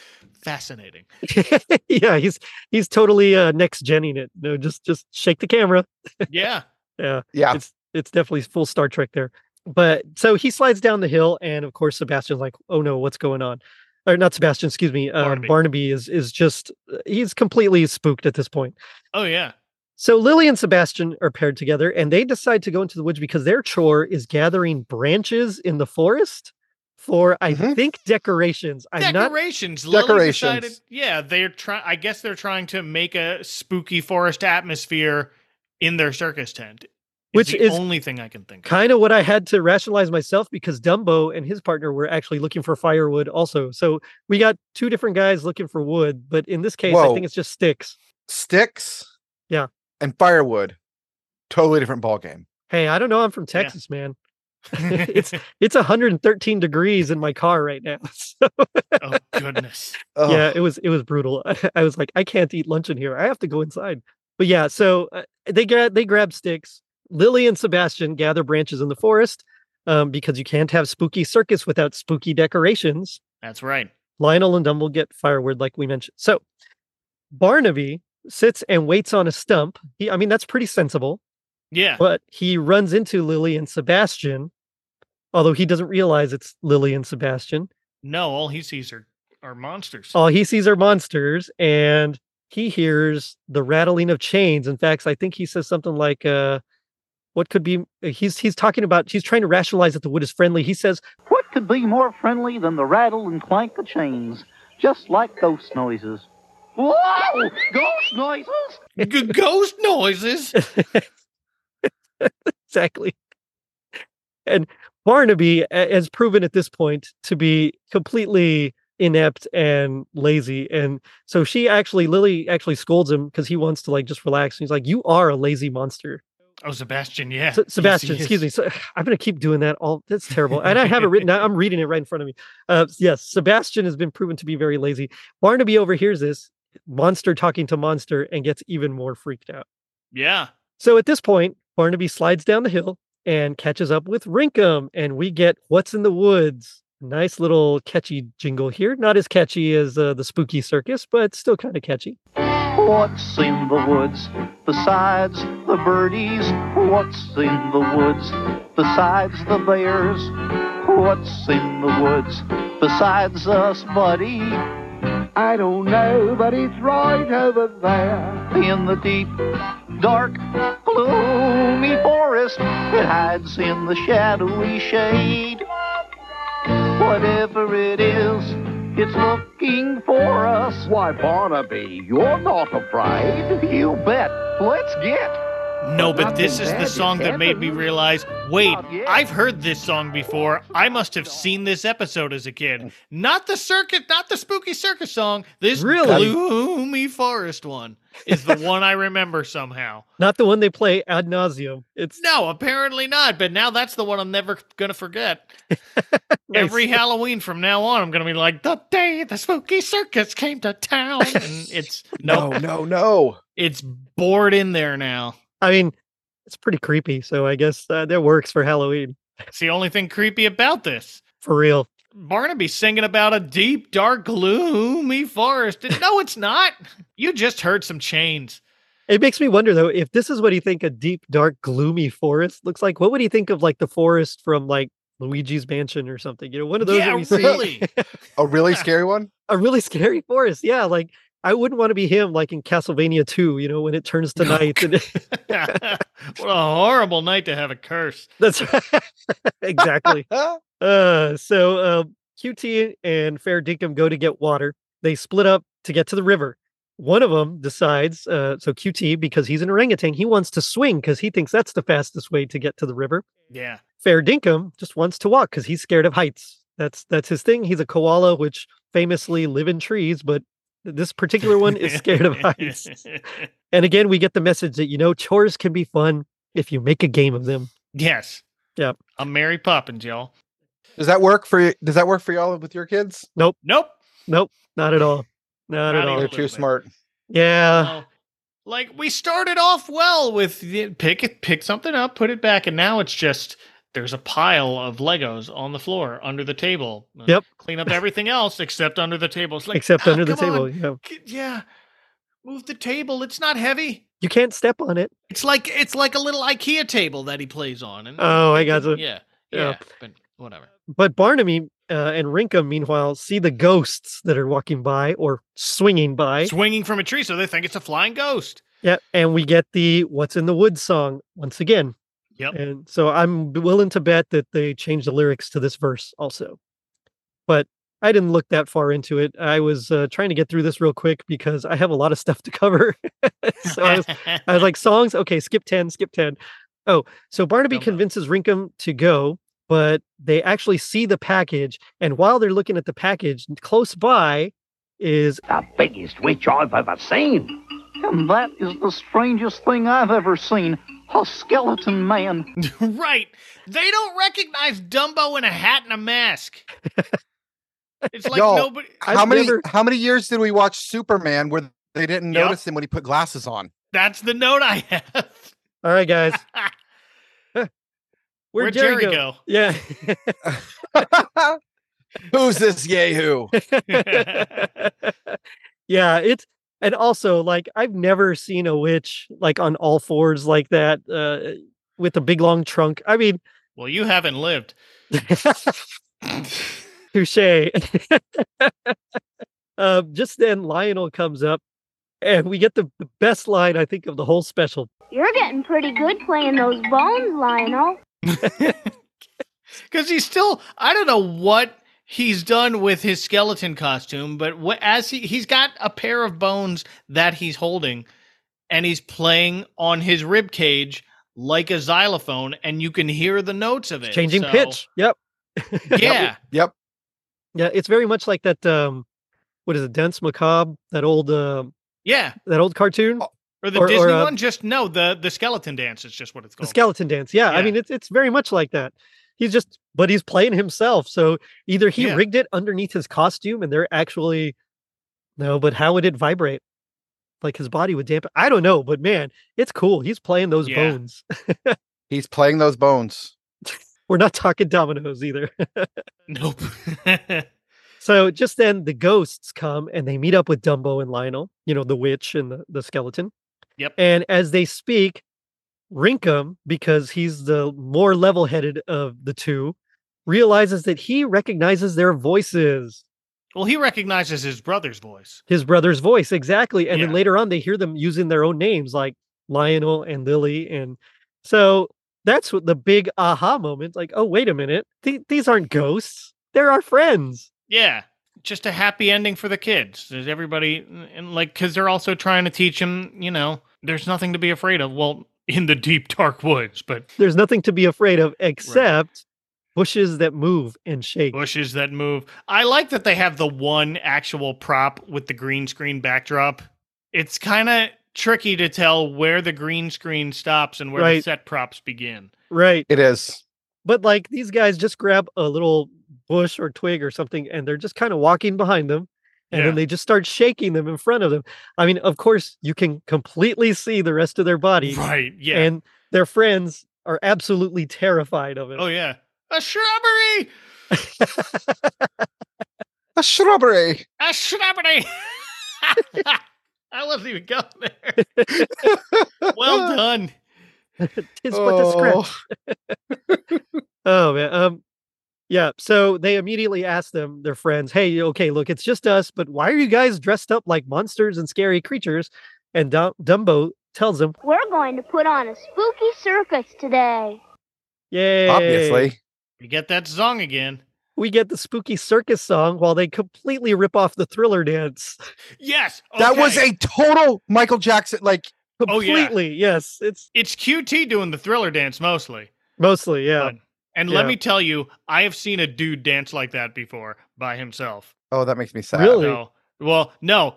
[SPEAKER 2] fascinating.
[SPEAKER 1] yeah, he's he's totally uh, next genning it. No, just just shake the camera.
[SPEAKER 2] Yeah,
[SPEAKER 1] Yeah,
[SPEAKER 3] yeah
[SPEAKER 1] it's it's definitely full Star Trek there. But so he slides down the hill, and of course Sebastian's like, "Oh no, what's going on?" Or not Sebastian, excuse me. Uh,
[SPEAKER 2] Barnaby.
[SPEAKER 1] Barnaby. is is just uh, he's completely spooked at this point.
[SPEAKER 2] oh yeah.
[SPEAKER 1] So Lily and Sebastian are paired together, and they decide to go into the woods because their chore is gathering branches in the forest for, I
[SPEAKER 3] Mhm.
[SPEAKER 1] think, decorations. I'm not
[SPEAKER 2] decorations. Lily
[SPEAKER 3] Decorations.
[SPEAKER 2] decided- yeah, they're trying. I guess they're trying to make a spooky forest atmosphere in their circus tent. is
[SPEAKER 1] Which
[SPEAKER 2] the
[SPEAKER 1] is
[SPEAKER 2] only thing I can think of.
[SPEAKER 1] kind of what I had to rationalize myself because Dumbo and his partner were actually looking for firewood also. So we got two different guys looking for wood, but in this case, I
[SPEAKER 3] Whoa.
[SPEAKER 1] think it's just sticks.
[SPEAKER 3] sticks
[SPEAKER 1] Yeah.
[SPEAKER 3] and firewood totally different ball game
[SPEAKER 1] Hey, I don't know. I'm from
[SPEAKER 2] Yeah.
[SPEAKER 1] Texas, man. it's it's 113 degrees in my car right now. So
[SPEAKER 2] oh goodness.
[SPEAKER 3] Ugh.
[SPEAKER 1] yeah, it was it was brutal. I was like, I can't eat lunch in here. I have to go inside. But yeah, so uh, they gra- they grab sticks. Lily and Sebastian gather branches in the forest um, because you can't have spooky circus without spooky decorations.
[SPEAKER 2] That's right.
[SPEAKER 1] Lionel and Dumble get firewood, like we mentioned. So Barnaby sits and waits on a stump. He, I mean, that's pretty sensible,
[SPEAKER 2] Yeah.
[SPEAKER 1] but he runs into Lily and Sebastian, although he doesn't realize it's Lily and Sebastian.
[SPEAKER 2] No, all he sees are are monsters.
[SPEAKER 1] All he sees are monsters and he hears the rattling of chains. In fact, I think he says something like, uh, what could be uh, he's he's talking about he's trying to rationalize that the wood is friendly. He says,
[SPEAKER 10] What could be more friendly than the rattle and clank of chains? Just like ghost noises.
[SPEAKER 8] Whoa! Ghost noises?
[SPEAKER 2] G- ghost noises.
[SPEAKER 1] exactly. And Barnaby a- has proven at this point to be completely inept and lazy. And so she actually, Lily actually scolds him because he wants to like just relax. And he's like, You are a lazy monster.
[SPEAKER 2] Oh, Sebastian. Yeah.
[SPEAKER 1] Se- Sebastian, excuse me. So, I'm going to keep doing that. All that's terrible. And I have it written down. I'm reading it right in front of me. Uh, yes, Sebastian has been proven to be very lazy. Barnaby overhears this monster talking to monster and gets even more freaked out.
[SPEAKER 2] Yeah.
[SPEAKER 1] So at this point, Barnaby slides down the hill and catches up with Rinkum, and we get What's in the Woods. Nice little catchy jingle here. Not as catchy as uh, the Spooky Circus, but still kind of catchy.
[SPEAKER 10] What's in the woods besides the birdies? What's in the woods besides the bears? What's in the woods besides us, buddy?
[SPEAKER 8] I don't know, but it's right over there.
[SPEAKER 10] In the deep, dark, gloomy forest that hides in the shadowy shade. Whatever it is, it's looking for us.
[SPEAKER 8] Why, Barnaby, you're not afraid.
[SPEAKER 10] You bet.
[SPEAKER 8] Let's get.
[SPEAKER 2] No, but this is
[SPEAKER 10] Nothing
[SPEAKER 2] the
[SPEAKER 10] bad
[SPEAKER 2] song
[SPEAKER 10] has
[SPEAKER 2] that made me
[SPEAKER 10] happened.
[SPEAKER 2] realize wait, I've heard this song before. I must have seen this episode as a kid. Not the circuit, not the spooky circus song. This
[SPEAKER 1] Really?
[SPEAKER 2] gloomy forest one is the one I remember somehow.
[SPEAKER 1] Not the one they play ad nauseum. It's
[SPEAKER 2] No, apparently not. But now that's the one I'm never going to forget. Every Halloween from now on, I'm going to be like, the day the spooky circus came to town. And it's, no,
[SPEAKER 3] no, no.
[SPEAKER 2] it's bored in there now.
[SPEAKER 1] I mean, it's pretty creepy. So I guess uh, that works for Halloween
[SPEAKER 2] It's the only thing creepy about this.
[SPEAKER 1] for real.
[SPEAKER 2] Barnaby singing about a deep, dark, gloomy forest. And No, it's not. You just heard some chains.
[SPEAKER 1] It makes me wonder though if this is what you think a deep, dark, gloomy forest looks like. What would you think of like the forest from like Luigi's Mansion or something? You know, one of those. that
[SPEAKER 2] yeah,
[SPEAKER 1] we see-
[SPEAKER 2] really.
[SPEAKER 3] A really scary one?
[SPEAKER 1] a really scary forest. Yeah, like I wouldn't want to be him like in Castlevania 2, you know, when it turns to night. And
[SPEAKER 2] what a horrible night to have a curse.
[SPEAKER 1] that's exactly.
[SPEAKER 3] Huh?
[SPEAKER 1] Uh, so uh, QT and Fair Dinkum go to get water. They split up to get to the river. One of them decides, uh, so QT, because he's an orangutan, he wants to swing because he thinks that's the fastest way to get to the river.
[SPEAKER 2] Yeah.
[SPEAKER 1] Fair Dinkum just wants to walk because he's scared of heights. That's that's his thing. He's a koala, which famously live in trees, but this particular one is scared of heights. And again, we get the message that you know chores can be fun if you make a game of them.
[SPEAKER 2] yes.
[SPEAKER 1] Yep.
[SPEAKER 2] I'm Mary Poppins, y'all.
[SPEAKER 3] Does that work for y- does that work for y'all with your kids?
[SPEAKER 2] Nope.
[SPEAKER 1] Not at all. Not,
[SPEAKER 2] Not
[SPEAKER 1] at all.
[SPEAKER 2] even-
[SPEAKER 3] They're
[SPEAKER 2] a little
[SPEAKER 3] too
[SPEAKER 2] bit.
[SPEAKER 3] smart.
[SPEAKER 1] Yeah.
[SPEAKER 2] No. like we started off well with the, pick it, pick something up, put it back, and now it's just there's a pile of Legos on the floor under the table. Uh,
[SPEAKER 1] Yep.
[SPEAKER 2] Clean up everything else except under the table. It's like
[SPEAKER 1] Except
[SPEAKER 2] "Ah,
[SPEAKER 1] under the
[SPEAKER 2] come on,
[SPEAKER 1] table. Yeah.
[SPEAKER 2] K- yeah move the table it's not heavy
[SPEAKER 1] You can't step on it.
[SPEAKER 2] it's like it's like a little ikea table that he plays on and
[SPEAKER 1] Oh, I gotcha.
[SPEAKER 2] Mm-hmm. yeah
[SPEAKER 1] yeah.
[SPEAKER 2] yeah, but whatever
[SPEAKER 1] But Barnaby uh, and Rinka, meanwhile, see the ghosts that are walking by or swinging by.
[SPEAKER 2] swinging from a tree so they think it's a flying ghost
[SPEAKER 1] Yeah, and we get the "What's in the Woods" song once again.
[SPEAKER 2] Yep.
[SPEAKER 1] And so I'm b- willing to bet that they changed the lyrics to this verse also, but I didn't look that far into it. I was uh, trying to get through this real quick because I have a lot of stuff to cover. so I was, I was like, songs, okay, skip ten, skip ten. Oh, so Barnaby
[SPEAKER 2] Dumb.
[SPEAKER 1] convinces Rinkum to go, but they actually see the package, and while they're looking at the package, close by is
[SPEAKER 5] The biggest witch I've ever seen.
[SPEAKER 10] And that is the strangest thing I've ever seen. A skeleton man.
[SPEAKER 2] right they don't recognize dumbo in a hat and a mask it's like
[SPEAKER 3] Y'all,
[SPEAKER 2] nobody
[SPEAKER 3] how
[SPEAKER 1] I've
[SPEAKER 3] many
[SPEAKER 1] never-
[SPEAKER 3] how many years did we watch Superman where they didn't
[SPEAKER 2] Yep.
[SPEAKER 3] notice him when he put glasses on?
[SPEAKER 2] that's the note i have
[SPEAKER 1] all right, guys. Where'd
[SPEAKER 2] where'd jerry
[SPEAKER 1] go? Yeah.
[SPEAKER 3] Who's this yahoo?
[SPEAKER 1] yeah, it's and also like I've never seen a witch like on all fours like that uh with a big long trunk. I mean,
[SPEAKER 2] well you haven't lived
[SPEAKER 1] touche. uh, just then Lionel comes up and we get the, the best line I think of the whole special.
[SPEAKER 6] You're getting pretty good playing those bones, Lionel.
[SPEAKER 2] Because he's still, I don't know what he's done with his skeleton costume, but what, as he he's got a pair of bones that he's holding, and he's playing on his rib cage like a xylophone, and you can hear the notes of it
[SPEAKER 1] Changing
[SPEAKER 2] so-
[SPEAKER 1] pitch. Yep.
[SPEAKER 2] Yeah,
[SPEAKER 3] Yep.
[SPEAKER 1] Yeah, it's very much like that um what is it, Dance Macabre, that old uh,
[SPEAKER 2] yeah.
[SPEAKER 1] that old cartoon?
[SPEAKER 2] Or the
[SPEAKER 1] Or- or,
[SPEAKER 2] Disney
[SPEAKER 1] uh,
[SPEAKER 2] one, just no. The the skeleton dance is just what it's
[SPEAKER 1] the
[SPEAKER 2] called.
[SPEAKER 1] skeleton dance. Yeah, I
[SPEAKER 2] Yeah.
[SPEAKER 1] mean it's it's very much like that. He's just, but he's playing himself. So either he
[SPEAKER 2] Yeah.
[SPEAKER 1] rigged it underneath his costume, and they're actually no. But how would it vibrate? Like his body would dampen. I don't know, but man, it's cool. He's playing those
[SPEAKER 2] Yeah.
[SPEAKER 1] bones.
[SPEAKER 3] He's playing those bones.
[SPEAKER 1] We're not talking dominoes either.
[SPEAKER 2] Nope.
[SPEAKER 1] so just then, the ghosts come and they meet up with Dumbo and Lionel. You know, the witch and the, the skeleton.
[SPEAKER 2] Yep.
[SPEAKER 1] And as they speak, Rinkum, because he's the more level headed of the two, realizes that he recognizes their voices,
[SPEAKER 2] well, he recognizes his brother's voice.
[SPEAKER 1] his brother's voice, exactly. And then
[SPEAKER 2] Yeah.
[SPEAKER 1] later on, they hear them using their own names like Lionel and Lily. And so that's what the big aha moment like, oh, wait a minute. Th- these aren't ghosts, they're our friends.
[SPEAKER 2] Yeah. Just a happy ending for the kids. There's everybody, and like, because they're also trying to teach them, you know, there's nothing to be afraid of. Well, in the deep dark woods, but
[SPEAKER 1] There's nothing to be afraid of except bushes that move and shake.
[SPEAKER 2] bushes that move. I like that they have the one actual prop with the green screen backdrop. It's kind of tricky to tell where the green screen stops and where the
[SPEAKER 1] Right.
[SPEAKER 2] set props begin.
[SPEAKER 1] Right.
[SPEAKER 3] It is.
[SPEAKER 1] But like these guys just grab a little bush or twig or something and they're just kind of walking behind them. And
[SPEAKER 2] Yeah.
[SPEAKER 1] then they just start shaking them in front of them. I mean, of course, you can completely see the rest of their body.
[SPEAKER 2] Right. Yeah.
[SPEAKER 1] And their friends are absolutely terrified of it.
[SPEAKER 2] oh yeah. A shrubbery.
[SPEAKER 3] A shrubbery.
[SPEAKER 2] A shrubbery. I wasn't even going there. Well done.
[SPEAKER 1] It's but a scratch.
[SPEAKER 3] Oh,
[SPEAKER 1] Oh man. Um yeah, so they immediately asked them, their friends, hey, okay, look, it's just us, but why are you guys dressed up like monsters and scary creatures? And Dum- Dumbo tells them,
[SPEAKER 6] We're going to put on a spooky circus today.
[SPEAKER 1] Yay.
[SPEAKER 3] Obviously.
[SPEAKER 2] You get that song again.
[SPEAKER 1] We get the spooky circus song while they completely rip off the thriller dance.
[SPEAKER 2] Yes.
[SPEAKER 3] That was
[SPEAKER 2] okay.
[SPEAKER 3] a total Michael Jackson. Like,
[SPEAKER 2] Oh, yeah.
[SPEAKER 1] Completely. Yes. It's
[SPEAKER 2] It's QT doing the thriller dance mostly.
[SPEAKER 1] mostly, yeah.
[SPEAKER 2] But- And let
[SPEAKER 1] Yeah.
[SPEAKER 2] me tell you, I have seen a dude dance like that before by himself.
[SPEAKER 3] oh, that makes me sad.
[SPEAKER 1] Really?
[SPEAKER 2] No. Well, no.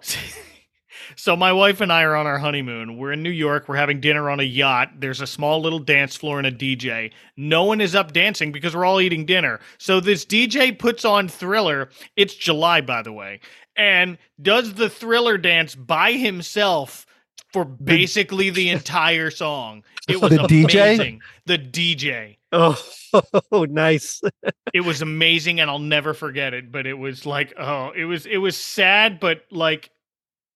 [SPEAKER 2] so my wife and I are on our honeymoon. We're in New York. We're having dinner on a yacht. There's a small little dance floor and a DJ. No one is up dancing because we're all eating dinner. So this DJ puts on Thriller. It's July, by the way, and does the Thriller dance by himself for basically the entire song. It was
[SPEAKER 3] The DJ?
[SPEAKER 2] amazing. The DJ.
[SPEAKER 1] Oh, nice.
[SPEAKER 2] it was amazing and I'll never forget it. But it was like, oh, it was it was sad, but like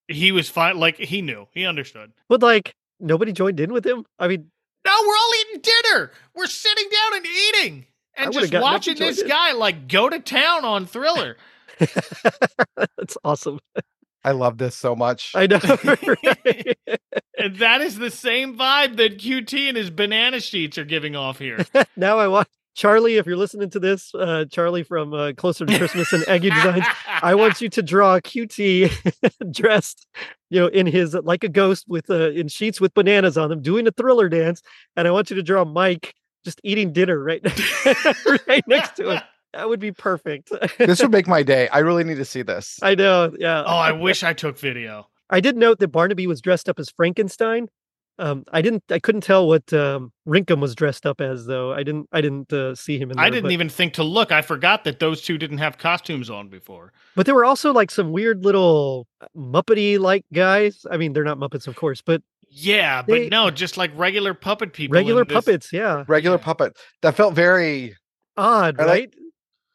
[SPEAKER 2] he was fine. Like he knew, he understood.
[SPEAKER 1] But like nobody joined in with him. I mean,
[SPEAKER 2] No, we're all eating dinner. We're sitting down and eating
[SPEAKER 1] I
[SPEAKER 2] and
[SPEAKER 1] would've
[SPEAKER 2] just
[SPEAKER 1] gotten up and
[SPEAKER 2] watching this
[SPEAKER 1] joined in.
[SPEAKER 2] guy like go to town on Thriller.
[SPEAKER 1] that's awesome.
[SPEAKER 3] I love this so much.
[SPEAKER 1] I know. right?
[SPEAKER 2] and that is the same vibe that QT and his banana sheets are giving off here.
[SPEAKER 1] now I want Charlie, if you're listening to this, uh, Charlie from uh, Closer to Christmas and Aggie Designs, I want you to draw QT dressed, you know, in his like a ghost with uh, in sheets with bananas on them, doing a thriller dance, and I want you to draw Mike just eating dinner right, right next to him. That would be perfect.
[SPEAKER 3] this would make my day. I really need to see this.
[SPEAKER 1] I know. Yeah.
[SPEAKER 2] Oh, I wish I took video.
[SPEAKER 1] I did note that Barnaby was dressed up as Frankenstein. Um, I didn't. I couldn't tell what um, Rinkum was dressed up as, though. I didn't. I didn't uh, see him in. There,
[SPEAKER 2] I didn't
[SPEAKER 1] but,
[SPEAKER 2] even think to look. I forgot that those two didn't have costumes on before.
[SPEAKER 1] But there were also like some weird little Muppety like guys. I mean, they're not Muppets, of course, but
[SPEAKER 2] Yeah, but
[SPEAKER 1] They-
[SPEAKER 2] no, just like regular puppet people. in
[SPEAKER 1] regular
[SPEAKER 2] this-
[SPEAKER 1] puppets. Yeah,
[SPEAKER 3] Regular puppet. That felt very.
[SPEAKER 1] odd,
[SPEAKER 3] I like-
[SPEAKER 1] right?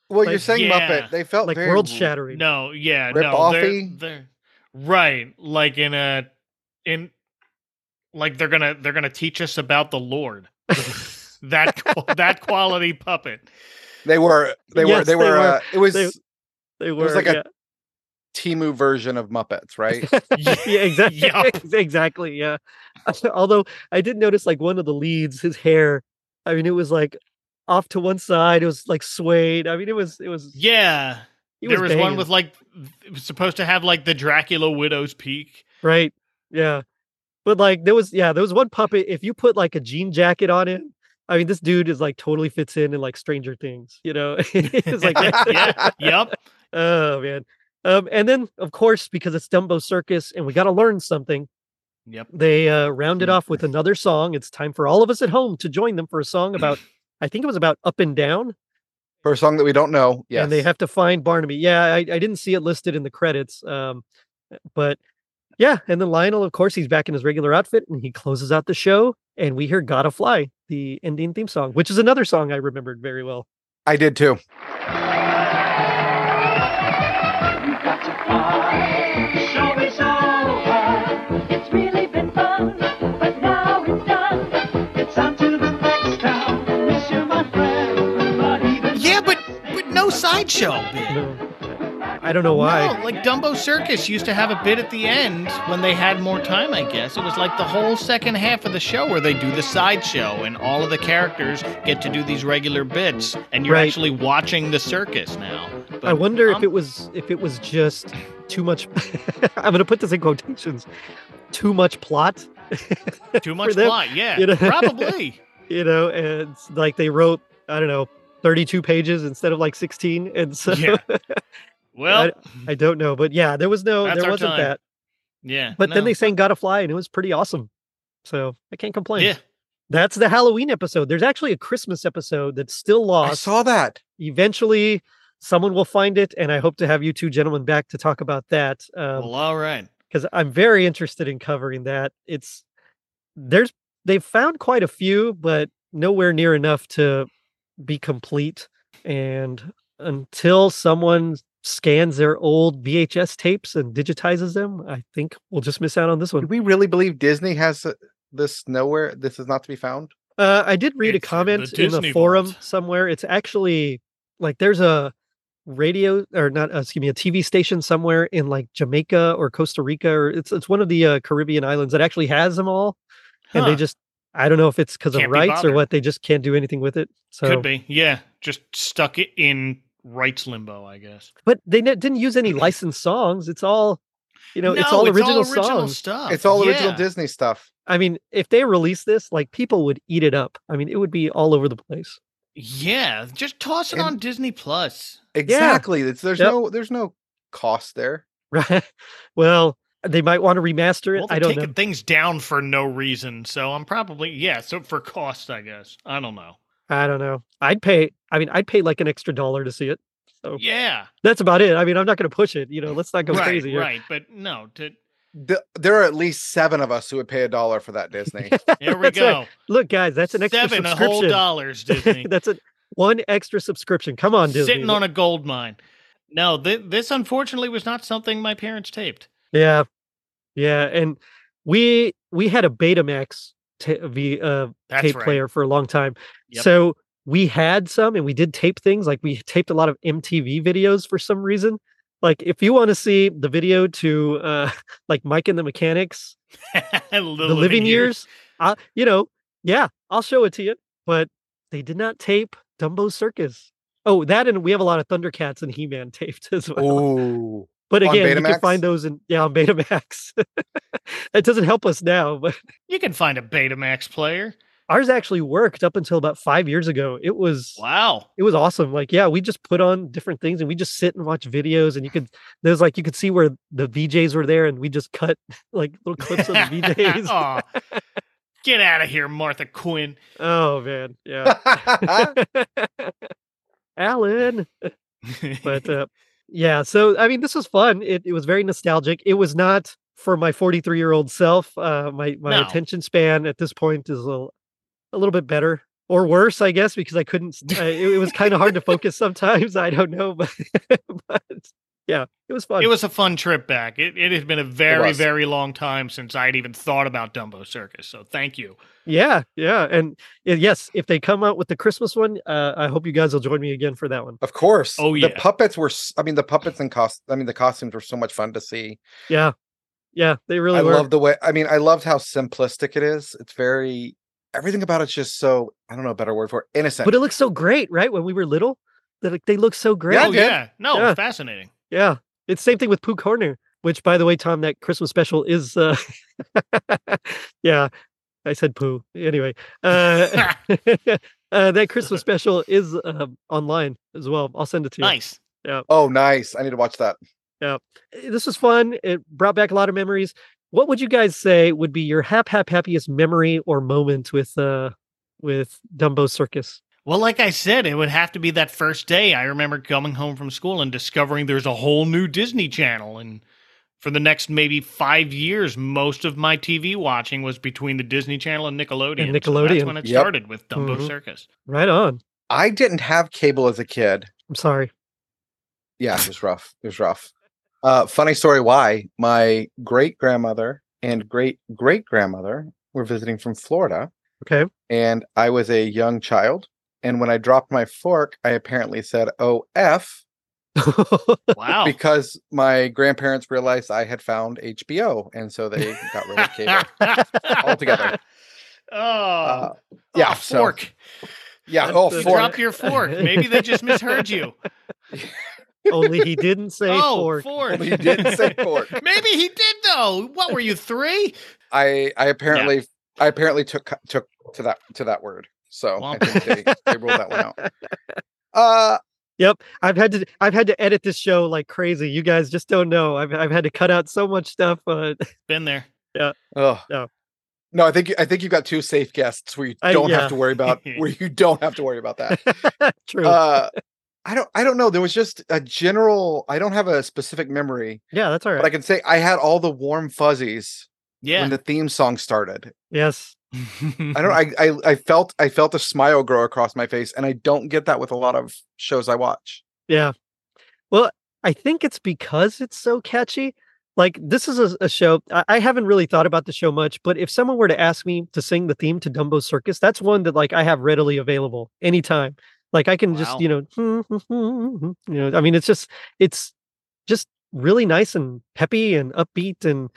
[SPEAKER 3] Well, you're
[SPEAKER 1] Like-
[SPEAKER 3] saying
[SPEAKER 2] Yeah.
[SPEAKER 3] Muppet. They felt
[SPEAKER 1] Like
[SPEAKER 3] very
[SPEAKER 1] world
[SPEAKER 3] r-
[SPEAKER 1] shattering.
[SPEAKER 2] No, yeah,
[SPEAKER 3] Rip
[SPEAKER 2] no, they're,
[SPEAKER 3] offy?
[SPEAKER 2] they're right. Like in a in like they're gonna they're gonna teach us about the Lord. that qu- that quality puppet.
[SPEAKER 3] They were. They were.
[SPEAKER 1] Yes,
[SPEAKER 3] They
[SPEAKER 1] they
[SPEAKER 3] were.
[SPEAKER 1] were.
[SPEAKER 3] Uh, it was
[SPEAKER 1] They They were
[SPEAKER 3] was like a-
[SPEAKER 1] yeah.
[SPEAKER 3] Timu version of Muppets, right?
[SPEAKER 1] yeah, exactly.
[SPEAKER 2] Yup.
[SPEAKER 1] exactly. Yeah. Although I did notice like one of the leads, his hair. I mean, it was like off to one side. It was like swayed. I mean, it was. It was.
[SPEAKER 2] Yeah.
[SPEAKER 1] He
[SPEAKER 2] there was one
[SPEAKER 1] banging,
[SPEAKER 2] with like it was supposed to have like the Dracula Widow's Peak.
[SPEAKER 1] right. Yeah. But like there was yeah there was one puppet. If you put like a jean jacket on it, I mean, this dude is like totally fits in in like Stranger Things. You know, it's like
[SPEAKER 2] yeah, yep.
[SPEAKER 1] oh man. Um, and then of course because it's Dumbo Circus and we got to learn something.
[SPEAKER 2] Yep.
[SPEAKER 1] they uh, rounded off with another song. It's time for all of us at home to join them for a song about, I think it was about up and down.
[SPEAKER 3] For a song that we don't know. Yes.
[SPEAKER 1] And they have to find Barnaby. Yeah, I, I didn't see it listed in the credits. Um, but yeah, and then Lionel, of course, he's back in his regular outfit and he closes out the show. And we hear Gotta Fly, the ending theme song, which is another song I remembered very well.
[SPEAKER 3] I did too.
[SPEAKER 5] You got to fly. The show is over. It's really been fun, but now it's done. It's on to the next town. Miss you, my friend. But even
[SPEAKER 2] Yeah, but but no sideshow.
[SPEAKER 1] You know, I don't know why.
[SPEAKER 2] No, like Dumbo Circus used to have a bit at the end when they had more time, I guess. It was like the whole second half of the show where they do the sideshow and all of the characters get to do these regular bits and you're
[SPEAKER 1] Right.
[SPEAKER 2] actually watching the circus now. But
[SPEAKER 1] I wonder if
[SPEAKER 2] I'm-
[SPEAKER 1] it was if it was just too much. I'm going to put this in quotations. Too much plot
[SPEAKER 2] Too much
[SPEAKER 1] them,
[SPEAKER 2] plot. Yeah,
[SPEAKER 1] you know?
[SPEAKER 2] probably.
[SPEAKER 1] you know, and like they wrote, I don't know, 32 pages instead of like 16. And so
[SPEAKER 2] Yeah. Well,
[SPEAKER 1] I don't know, but yeah, there was no,
[SPEAKER 2] That's
[SPEAKER 1] there
[SPEAKER 2] our
[SPEAKER 1] wasn't
[SPEAKER 2] time.
[SPEAKER 1] that.
[SPEAKER 2] yeah.
[SPEAKER 1] But then
[SPEAKER 2] no.
[SPEAKER 1] they sang Gotta Fly and it was pretty awesome. So I can't complain.
[SPEAKER 2] Yeah.
[SPEAKER 1] That's the Halloween episode. There's actually a Christmas episode that's still
[SPEAKER 3] I
[SPEAKER 1] lost.
[SPEAKER 3] saw that.
[SPEAKER 1] Eventually, someone will find it. And I hope to have you two gentlemen back to talk about that. Um,
[SPEAKER 2] Well, all right.
[SPEAKER 1] because I'm very interested in covering that. It's there's they've found quite a few, but nowhere near enough to be complete. And until someone scans their old VHS tapes and digitizes them, I think we'll just miss out on this
[SPEAKER 3] Do
[SPEAKER 1] one.
[SPEAKER 3] we really believe Disney has uh, this nowhere? This is not to be found.
[SPEAKER 1] Uh, I did read a
[SPEAKER 2] It's in the
[SPEAKER 1] comment in the
[SPEAKER 2] Disney
[SPEAKER 1] forum
[SPEAKER 2] vault.
[SPEAKER 1] somewhere. It's actually like there's a radio or not, uh, excuse me, a TV station somewhere in like Jamaica or Costa Rica or it's it's one of the uh, Caribbean islands that actually has them all, and
[SPEAKER 2] Huh.
[SPEAKER 1] they just I don't know if it's because of
[SPEAKER 2] Can't be
[SPEAKER 1] rights or
[SPEAKER 2] bothered.
[SPEAKER 1] what. They just can't do anything with it. So,
[SPEAKER 2] Could be. Yeah. Just stuck it in rights limbo, I guess.
[SPEAKER 1] but they ne- didn't use any licensed songs. It's all you know, it's
[SPEAKER 2] No,
[SPEAKER 1] all original,
[SPEAKER 2] original
[SPEAKER 1] songs.
[SPEAKER 2] stuff.
[SPEAKER 3] It's all original
[SPEAKER 2] Yeah.
[SPEAKER 3] Disney stuff.
[SPEAKER 1] I mean, if they release this, like people would eat it up. I mean, it would be all over the place.
[SPEAKER 2] Yeah, just toss it
[SPEAKER 3] And-
[SPEAKER 2] on Disney Plus.
[SPEAKER 3] Exactly. It's, there's
[SPEAKER 1] Yep.
[SPEAKER 3] no there's no cost there.
[SPEAKER 1] Right. Well, they might want to remaster it.
[SPEAKER 2] Well, they're
[SPEAKER 1] I don't
[SPEAKER 2] taking
[SPEAKER 1] know.
[SPEAKER 2] things down for no reason, so I'm probably yeah. So for cost, I guess I don't know.
[SPEAKER 1] I don't know. I'd pay. I mean, I'd pay like an extra dollar to see it. So
[SPEAKER 2] Yeah,
[SPEAKER 1] that's about it. I mean, I'm not going to push it. You know, let's not go
[SPEAKER 2] right,
[SPEAKER 1] crazy. here.
[SPEAKER 2] right. But no, to,
[SPEAKER 3] Th- there are at least seven of us who would pay a dollar for that Disney.
[SPEAKER 2] there
[SPEAKER 1] That's
[SPEAKER 2] we
[SPEAKER 1] right.
[SPEAKER 2] go.
[SPEAKER 1] Look, guys, that's an extra
[SPEAKER 2] Seven whole
[SPEAKER 1] subscription.
[SPEAKER 2] dollars, Disney.
[SPEAKER 1] that's a one extra subscription. Come on, Disney.
[SPEAKER 2] Sitting on a gold mine. No, th- this unfortunately was not something my parents taped.
[SPEAKER 1] Yeah, yeah. And we we had a Betamax ta- v, uh,
[SPEAKER 2] That's
[SPEAKER 1] tape
[SPEAKER 2] right.
[SPEAKER 1] player for a long time.
[SPEAKER 2] Yep.
[SPEAKER 1] So we had some and we did tape things like we taped a lot of MTV videos for some reason. Like if you want to see the video to uh like Mike and the Mechanics,
[SPEAKER 2] the
[SPEAKER 1] the living years, I, you know, yeah, I'll show it to you. But they did not tape Dumbo Circus. Oh, that and we have a lot of Thundercats and He-Man taped as well.
[SPEAKER 3] oh,
[SPEAKER 1] but
[SPEAKER 3] on
[SPEAKER 1] again, you can
[SPEAKER 3] Betamax?
[SPEAKER 1] find those in yeah on Betamax. that doesn't help us now, but
[SPEAKER 2] You can find a Betamax player.
[SPEAKER 1] ours actually worked up until about five years ago. It was
[SPEAKER 2] Wow.
[SPEAKER 1] it was awesome. Like, yeah, we just put on different things and we just sit and watch videos. And you could, there's like, you could see where the VJs were there and we just cut like little clips of the VJs.
[SPEAKER 3] Oh.
[SPEAKER 2] Aw. Get out of here, Martha Quinn.
[SPEAKER 1] oh, man. Yeah. Alan. But uh, yeah, so I mean, this was fun. It, it was very nostalgic. It was not for my 43 year old self. Uh, my my
[SPEAKER 2] No.
[SPEAKER 1] attention span at this point is a little, a little bit better. Or worse, I guess, because I couldn't. s- I- it, it was kind of hard to focus sometimes. I don't know, but, but yeah, it was fun.
[SPEAKER 2] it was a fun trip back. It, it had been a very,
[SPEAKER 3] was.
[SPEAKER 2] very long time since I had even thought about Dumbo Circus. So thank you.
[SPEAKER 1] Yeah, yeah, and y- yes, if they come out with the Christmas one, uh, I hope you guys will join me again for that one.
[SPEAKER 3] of course.
[SPEAKER 2] Oh,
[SPEAKER 3] The
[SPEAKER 2] yeah.
[SPEAKER 3] puppets were. s- I mean, the puppets and cost. I mean, the costumes were so much fun to see.
[SPEAKER 1] Yeah, yeah, they really
[SPEAKER 3] I
[SPEAKER 1] were.
[SPEAKER 3] love the way. I mean, I loved how simplistic it is. It's very. Everything about it's just so. I don't know a better word for it, innocent.
[SPEAKER 1] but it looks so great, right? When we were little, they like they look so great.
[SPEAKER 3] Yeah, I
[SPEAKER 2] oh,
[SPEAKER 3] did.
[SPEAKER 2] yeah. No,
[SPEAKER 1] Yeah.
[SPEAKER 2] fascinating.
[SPEAKER 1] Yeah. It's same thing with Pooh Corner, which by the way, Tom, that Christmas special is uh yeah. I said poo. Anyway. Uh, uh that Christmas special is uh, online as well. I'll send it to you.
[SPEAKER 2] nice.
[SPEAKER 3] oh, nice. I need to watch that.
[SPEAKER 1] Uh, This was fun. It brought back a lot of memories. What would you guys say would be your hap hap happiest memory or moment with uh with Dumbo Circus?
[SPEAKER 2] Well, like I said, it would have to be that first day. I remember coming home from school and discovering there's a whole new Disney Channel. And for the next maybe five years, most of my TV watching was between the Disney Channel and Nickelodeon.
[SPEAKER 1] And
[SPEAKER 2] So that's
[SPEAKER 1] Nickelodeon.
[SPEAKER 2] when it
[SPEAKER 3] Yep. Mm-hmm.
[SPEAKER 2] started with Dumbo
[SPEAKER 1] Mhm.
[SPEAKER 2] Circus.
[SPEAKER 1] Right on.
[SPEAKER 3] I didn't have cable as a kid.
[SPEAKER 1] I'm sorry.
[SPEAKER 3] yeah, it was rough. It was rough. Uh, funny story why my great grandmother and great great grandmother were visiting from Florida,
[SPEAKER 1] Okay.
[SPEAKER 3] and I was a young child. And when I dropped my fork, I apparently said "oh f"
[SPEAKER 2] Wow.
[SPEAKER 3] because my grandparents realized I had found HBO, and so they got rid of cable. altogether.
[SPEAKER 2] Oh,
[SPEAKER 3] Uh, yeah,
[SPEAKER 2] oh,
[SPEAKER 3] so-
[SPEAKER 2] fork.
[SPEAKER 3] yeah,
[SPEAKER 1] That's
[SPEAKER 3] oh
[SPEAKER 1] the-
[SPEAKER 3] fork.
[SPEAKER 2] Drop your fork. Maybe they just misheard you.
[SPEAKER 1] Only he didn't say
[SPEAKER 2] oh,
[SPEAKER 1] fork.
[SPEAKER 2] fork.
[SPEAKER 3] Well, he didn't say fork.
[SPEAKER 2] Maybe he did though. What were you three?
[SPEAKER 3] I I apparently I apparently took took to that to that word. So I think they, they ruled that one out. Uh
[SPEAKER 1] Yep, I've had to I've had to edit this show like crazy. You guys just don't know. I've I've had to cut out so much stuff. Uh,
[SPEAKER 2] Been there.
[SPEAKER 1] yeah,
[SPEAKER 3] Oh
[SPEAKER 1] no.
[SPEAKER 3] No, I think you- I think you've got two safe guests where you
[SPEAKER 1] I-
[SPEAKER 3] don't
[SPEAKER 1] yeah.
[SPEAKER 3] have to worry about where you don't have to worry about that.
[SPEAKER 1] true.
[SPEAKER 3] Uh, I don't I don't know. There was just a general. I don't have a specific memory,
[SPEAKER 1] yeah, that's all right.
[SPEAKER 3] but I can say I had all the warm fuzzies
[SPEAKER 2] Yeah.
[SPEAKER 3] when the theme song started.
[SPEAKER 1] yes,
[SPEAKER 3] I don't.
[SPEAKER 1] Mm-hmm.
[SPEAKER 3] I, I I felt I felt a smile grow across my face, and I don't get that with a lot of shows I watch.
[SPEAKER 1] yeah. Well, I think it's because it's so catchy. Like this is a, a show I, I haven't really thought about the show much, but if someone were to ask me to sing the theme to Dumbo Circus, that's one that like I have readily available anytime. Like I can just
[SPEAKER 2] Wow.
[SPEAKER 1] you know, you know, I mean, it's just it's just really nice and peppy and upbeat and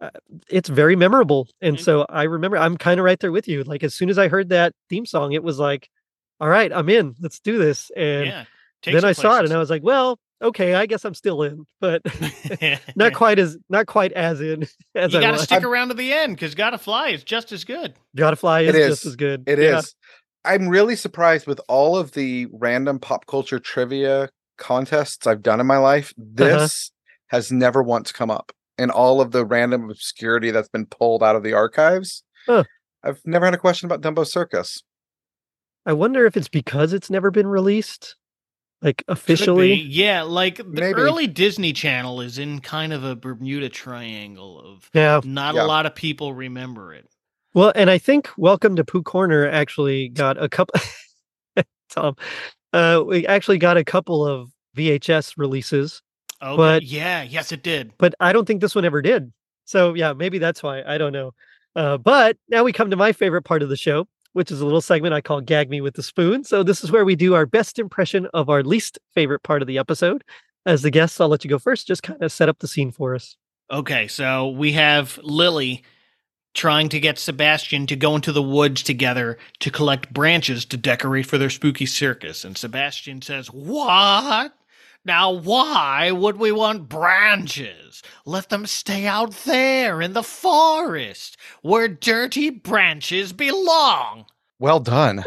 [SPEAKER 1] uh, it's very memorable. And so I remember I'm kind of right there with you. Like as soon as I heard that theme song, it was like, all right, I'm in. Let's do this. And
[SPEAKER 2] yeah.
[SPEAKER 1] then I saw it and I was like, well, okay, I guess I'm still in, but
[SPEAKER 2] I
[SPEAKER 1] not quite as not quite as in as
[SPEAKER 2] you
[SPEAKER 1] I
[SPEAKER 2] got to
[SPEAKER 1] was.
[SPEAKER 2] stick around to the end because "Gotta Fly" is just as good.
[SPEAKER 1] Gotta fly is,
[SPEAKER 3] It
[SPEAKER 1] just
[SPEAKER 3] is.
[SPEAKER 1] as good.
[SPEAKER 3] It
[SPEAKER 1] Yeah.
[SPEAKER 3] is. I'm really surprised with all of the random pop culture trivia contests I've done in my life.
[SPEAKER 1] Uh-huh.
[SPEAKER 3] This has never once come up, and all of the random obscurity that's been pulled out of the archives.
[SPEAKER 1] Huh.
[SPEAKER 3] I've never had a question about Dumbo Circus.
[SPEAKER 1] I wonder if it's because it's never been released, like
[SPEAKER 2] Could
[SPEAKER 1] officially.
[SPEAKER 2] be. yeah. Like the
[SPEAKER 3] Maybe.
[SPEAKER 2] early Disney Channel is in kind of a Bermuda Triangle of
[SPEAKER 1] Yeah.
[SPEAKER 2] not
[SPEAKER 3] Yeah.
[SPEAKER 2] a lot of people remember it.
[SPEAKER 1] Well, and I think Welcome to Pooh Corner actually got a couple. Tom, uh, we actually got a couple of VHS releases,
[SPEAKER 2] Oh,
[SPEAKER 1] But-
[SPEAKER 2] yeah, yes, it did.
[SPEAKER 1] but I don't think this one ever did. So yeah, maybe that's why I don't know. Uh, but now we come to my favorite part of the show, which is a little segment I call "Gag Me with the Spoon." So this is where we do our best impression of our least favorite part of the episode. As the guests, I'll let you go first. Just kind of set up the scene for us.
[SPEAKER 2] Okay, so we have Lily trying to get Sebastian to go into the woods together to collect branches to decorate for their spooky circus. And Sebastian says, What? Now, why would we want branches? Let them stay out there in the forest where dirty branches belong.
[SPEAKER 3] Well done.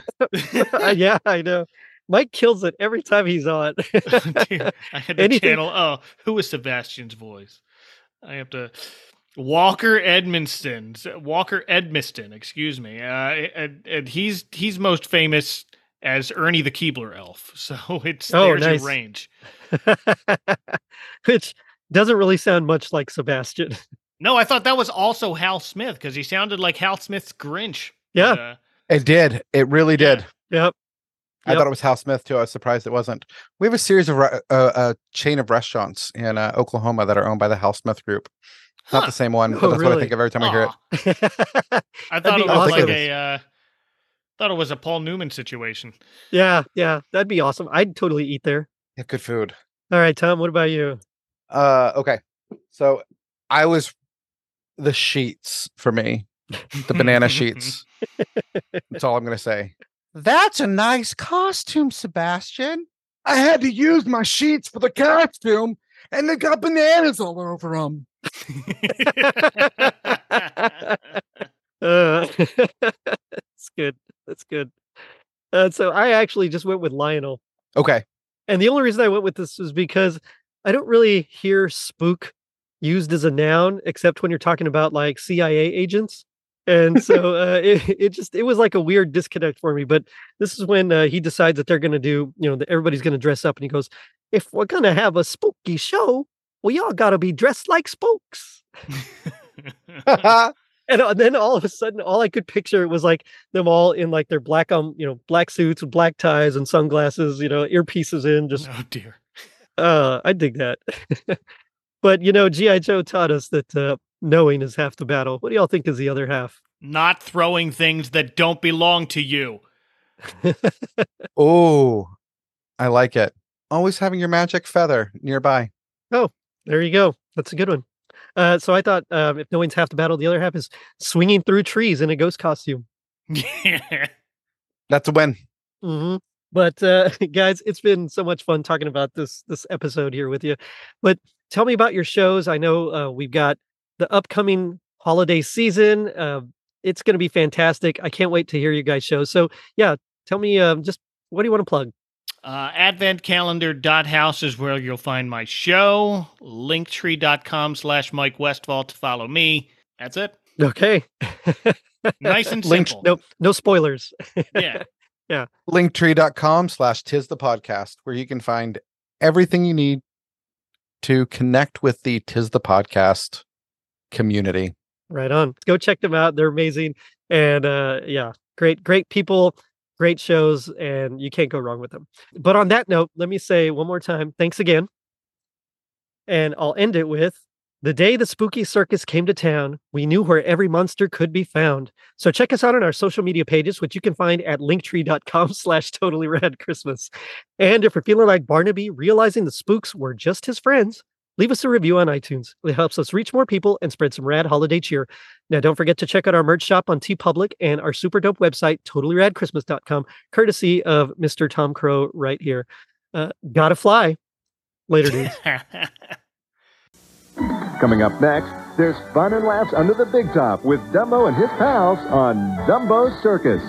[SPEAKER 1] yeah, I know. Mike kills it every time he's on.
[SPEAKER 2] Oh, Dude, I had to
[SPEAKER 1] Anything-
[SPEAKER 2] channel. Oh, who was Sebastian's voice? I have to. Walker Edmiston. Walker Edmiston. Excuse me. Uh, and, and he's he's most famous as Ernie the Keebler elf. So it's
[SPEAKER 1] Oh,
[SPEAKER 2] there's
[SPEAKER 1] nice.
[SPEAKER 2] your range.
[SPEAKER 1] which doesn't really sound much like Sebastian.
[SPEAKER 2] No, I thought that was also Hal Smith because he sounded like Hal Smith's Grinch.
[SPEAKER 1] Yeah.
[SPEAKER 2] uh,
[SPEAKER 3] It did. It really
[SPEAKER 2] Yeah.
[SPEAKER 3] did.
[SPEAKER 1] Yep.
[SPEAKER 3] I
[SPEAKER 1] Yep.
[SPEAKER 3] thought it was Hal Smith too. I was surprised it wasn't. We have a series of re- uh, a chain of restaurants in uh, Oklahoma that are owned by the Hal Smith Group. Not
[SPEAKER 2] Huh.
[SPEAKER 3] the same one, but
[SPEAKER 1] Oh,
[SPEAKER 3] that's what
[SPEAKER 1] really?
[SPEAKER 3] I think of every time I hear it.
[SPEAKER 2] aw. I
[SPEAKER 1] That'd
[SPEAKER 2] thought
[SPEAKER 1] be
[SPEAKER 2] it was
[SPEAKER 1] awesome.
[SPEAKER 2] like a. Uh, thought it was a Paul Newman situation.
[SPEAKER 1] yeah, yeah, that'd be awesome. I'd totally eat there.
[SPEAKER 3] Yeah, good food.
[SPEAKER 1] All right, Tom, what about you?
[SPEAKER 3] Uh, okay, so I was the sheets for me, the banana sheets. That's all I'm gonna say. That's a nice costume, Sebastian. I had to use my sheets for the costume, and they got bananas all over them.
[SPEAKER 2] Oh,
[SPEAKER 1] Uh, that's good. That's good. Uh, so I actually just went with Lionel.
[SPEAKER 3] Okay,
[SPEAKER 1] And the only reason I went with this was because I don't really hear spook used as a noun except when you're talking about like CIA agents. And so uh, it, it just it was like a weird disconnect for me. But this is when uh, he decides that they're going to do, you know, that everybody's going to dress up. And he goes, if we're going to have a spooky show, we all got to be dressed like spooks. And uh, then all of a sudden, all I could picture was like them all in like their black, um, you know, black suits, with black ties and sunglasses, you know, earpieces in, just
[SPEAKER 2] oh dear.
[SPEAKER 1] uh, I dig that. but you know, GI Joe taught us that uh, knowing is half the battle. What do y'all think is the other half?
[SPEAKER 2] not throwing things that don't belong to you.
[SPEAKER 3] Oh, I like it. Always having your magic feather nearby.
[SPEAKER 1] There you go. That's a good one. Uh, so I thought um, if knowing's half the battle, the other half is swinging through trees in a ghost costume.
[SPEAKER 3] That's a win.
[SPEAKER 1] hmm But uh, guys, it's been so much fun talking about this this episode here with you. But tell me about your shows. I know uh, we've got the upcoming holiday season. Uh, it's going to be fantastic. I can't wait to hear you guys' show. So, yeah, tell me um, just what do you want to plug?
[SPEAKER 2] Uh, adventcalendar.house is where you'll find my show. Linktree.com slash Mike Westfall to follow me. That's it.
[SPEAKER 1] Okay.
[SPEAKER 2] Nice and
[SPEAKER 1] Link-
[SPEAKER 2] simple.
[SPEAKER 1] no, no spoilers.
[SPEAKER 2] Yeah.
[SPEAKER 3] linktree.com slash tis the podcast where you can find everything you need to connect with the tis the podcast community
[SPEAKER 1] Right on. Go check them out. They're amazing. And uh yeah, great, great people, great shows, and you can't go wrong with them. But on that note, let me say one more time, thanks again. And I'll end it with the day the spooky circus came to town, we knew where every monster could be found. So check us out on our social media pages, which you can find at linktree.com slash totally rad Christmas. And if you're feeling like Barnaby, realizing the spooks were just his friends, leave us a review on iTunes. It helps us reach more people and spread some rad holiday cheer. Now, don't forget to check out our merch shop on TeePublic and our super dope website, totallyradchristmas.com, courtesy of Mr. Tom Crow right here. Uh, gotta fly. Later, dudes.
[SPEAKER 8] Coming up next, there's fun and laughs under the big top with Dumbo and his pals on Dumbo Circus.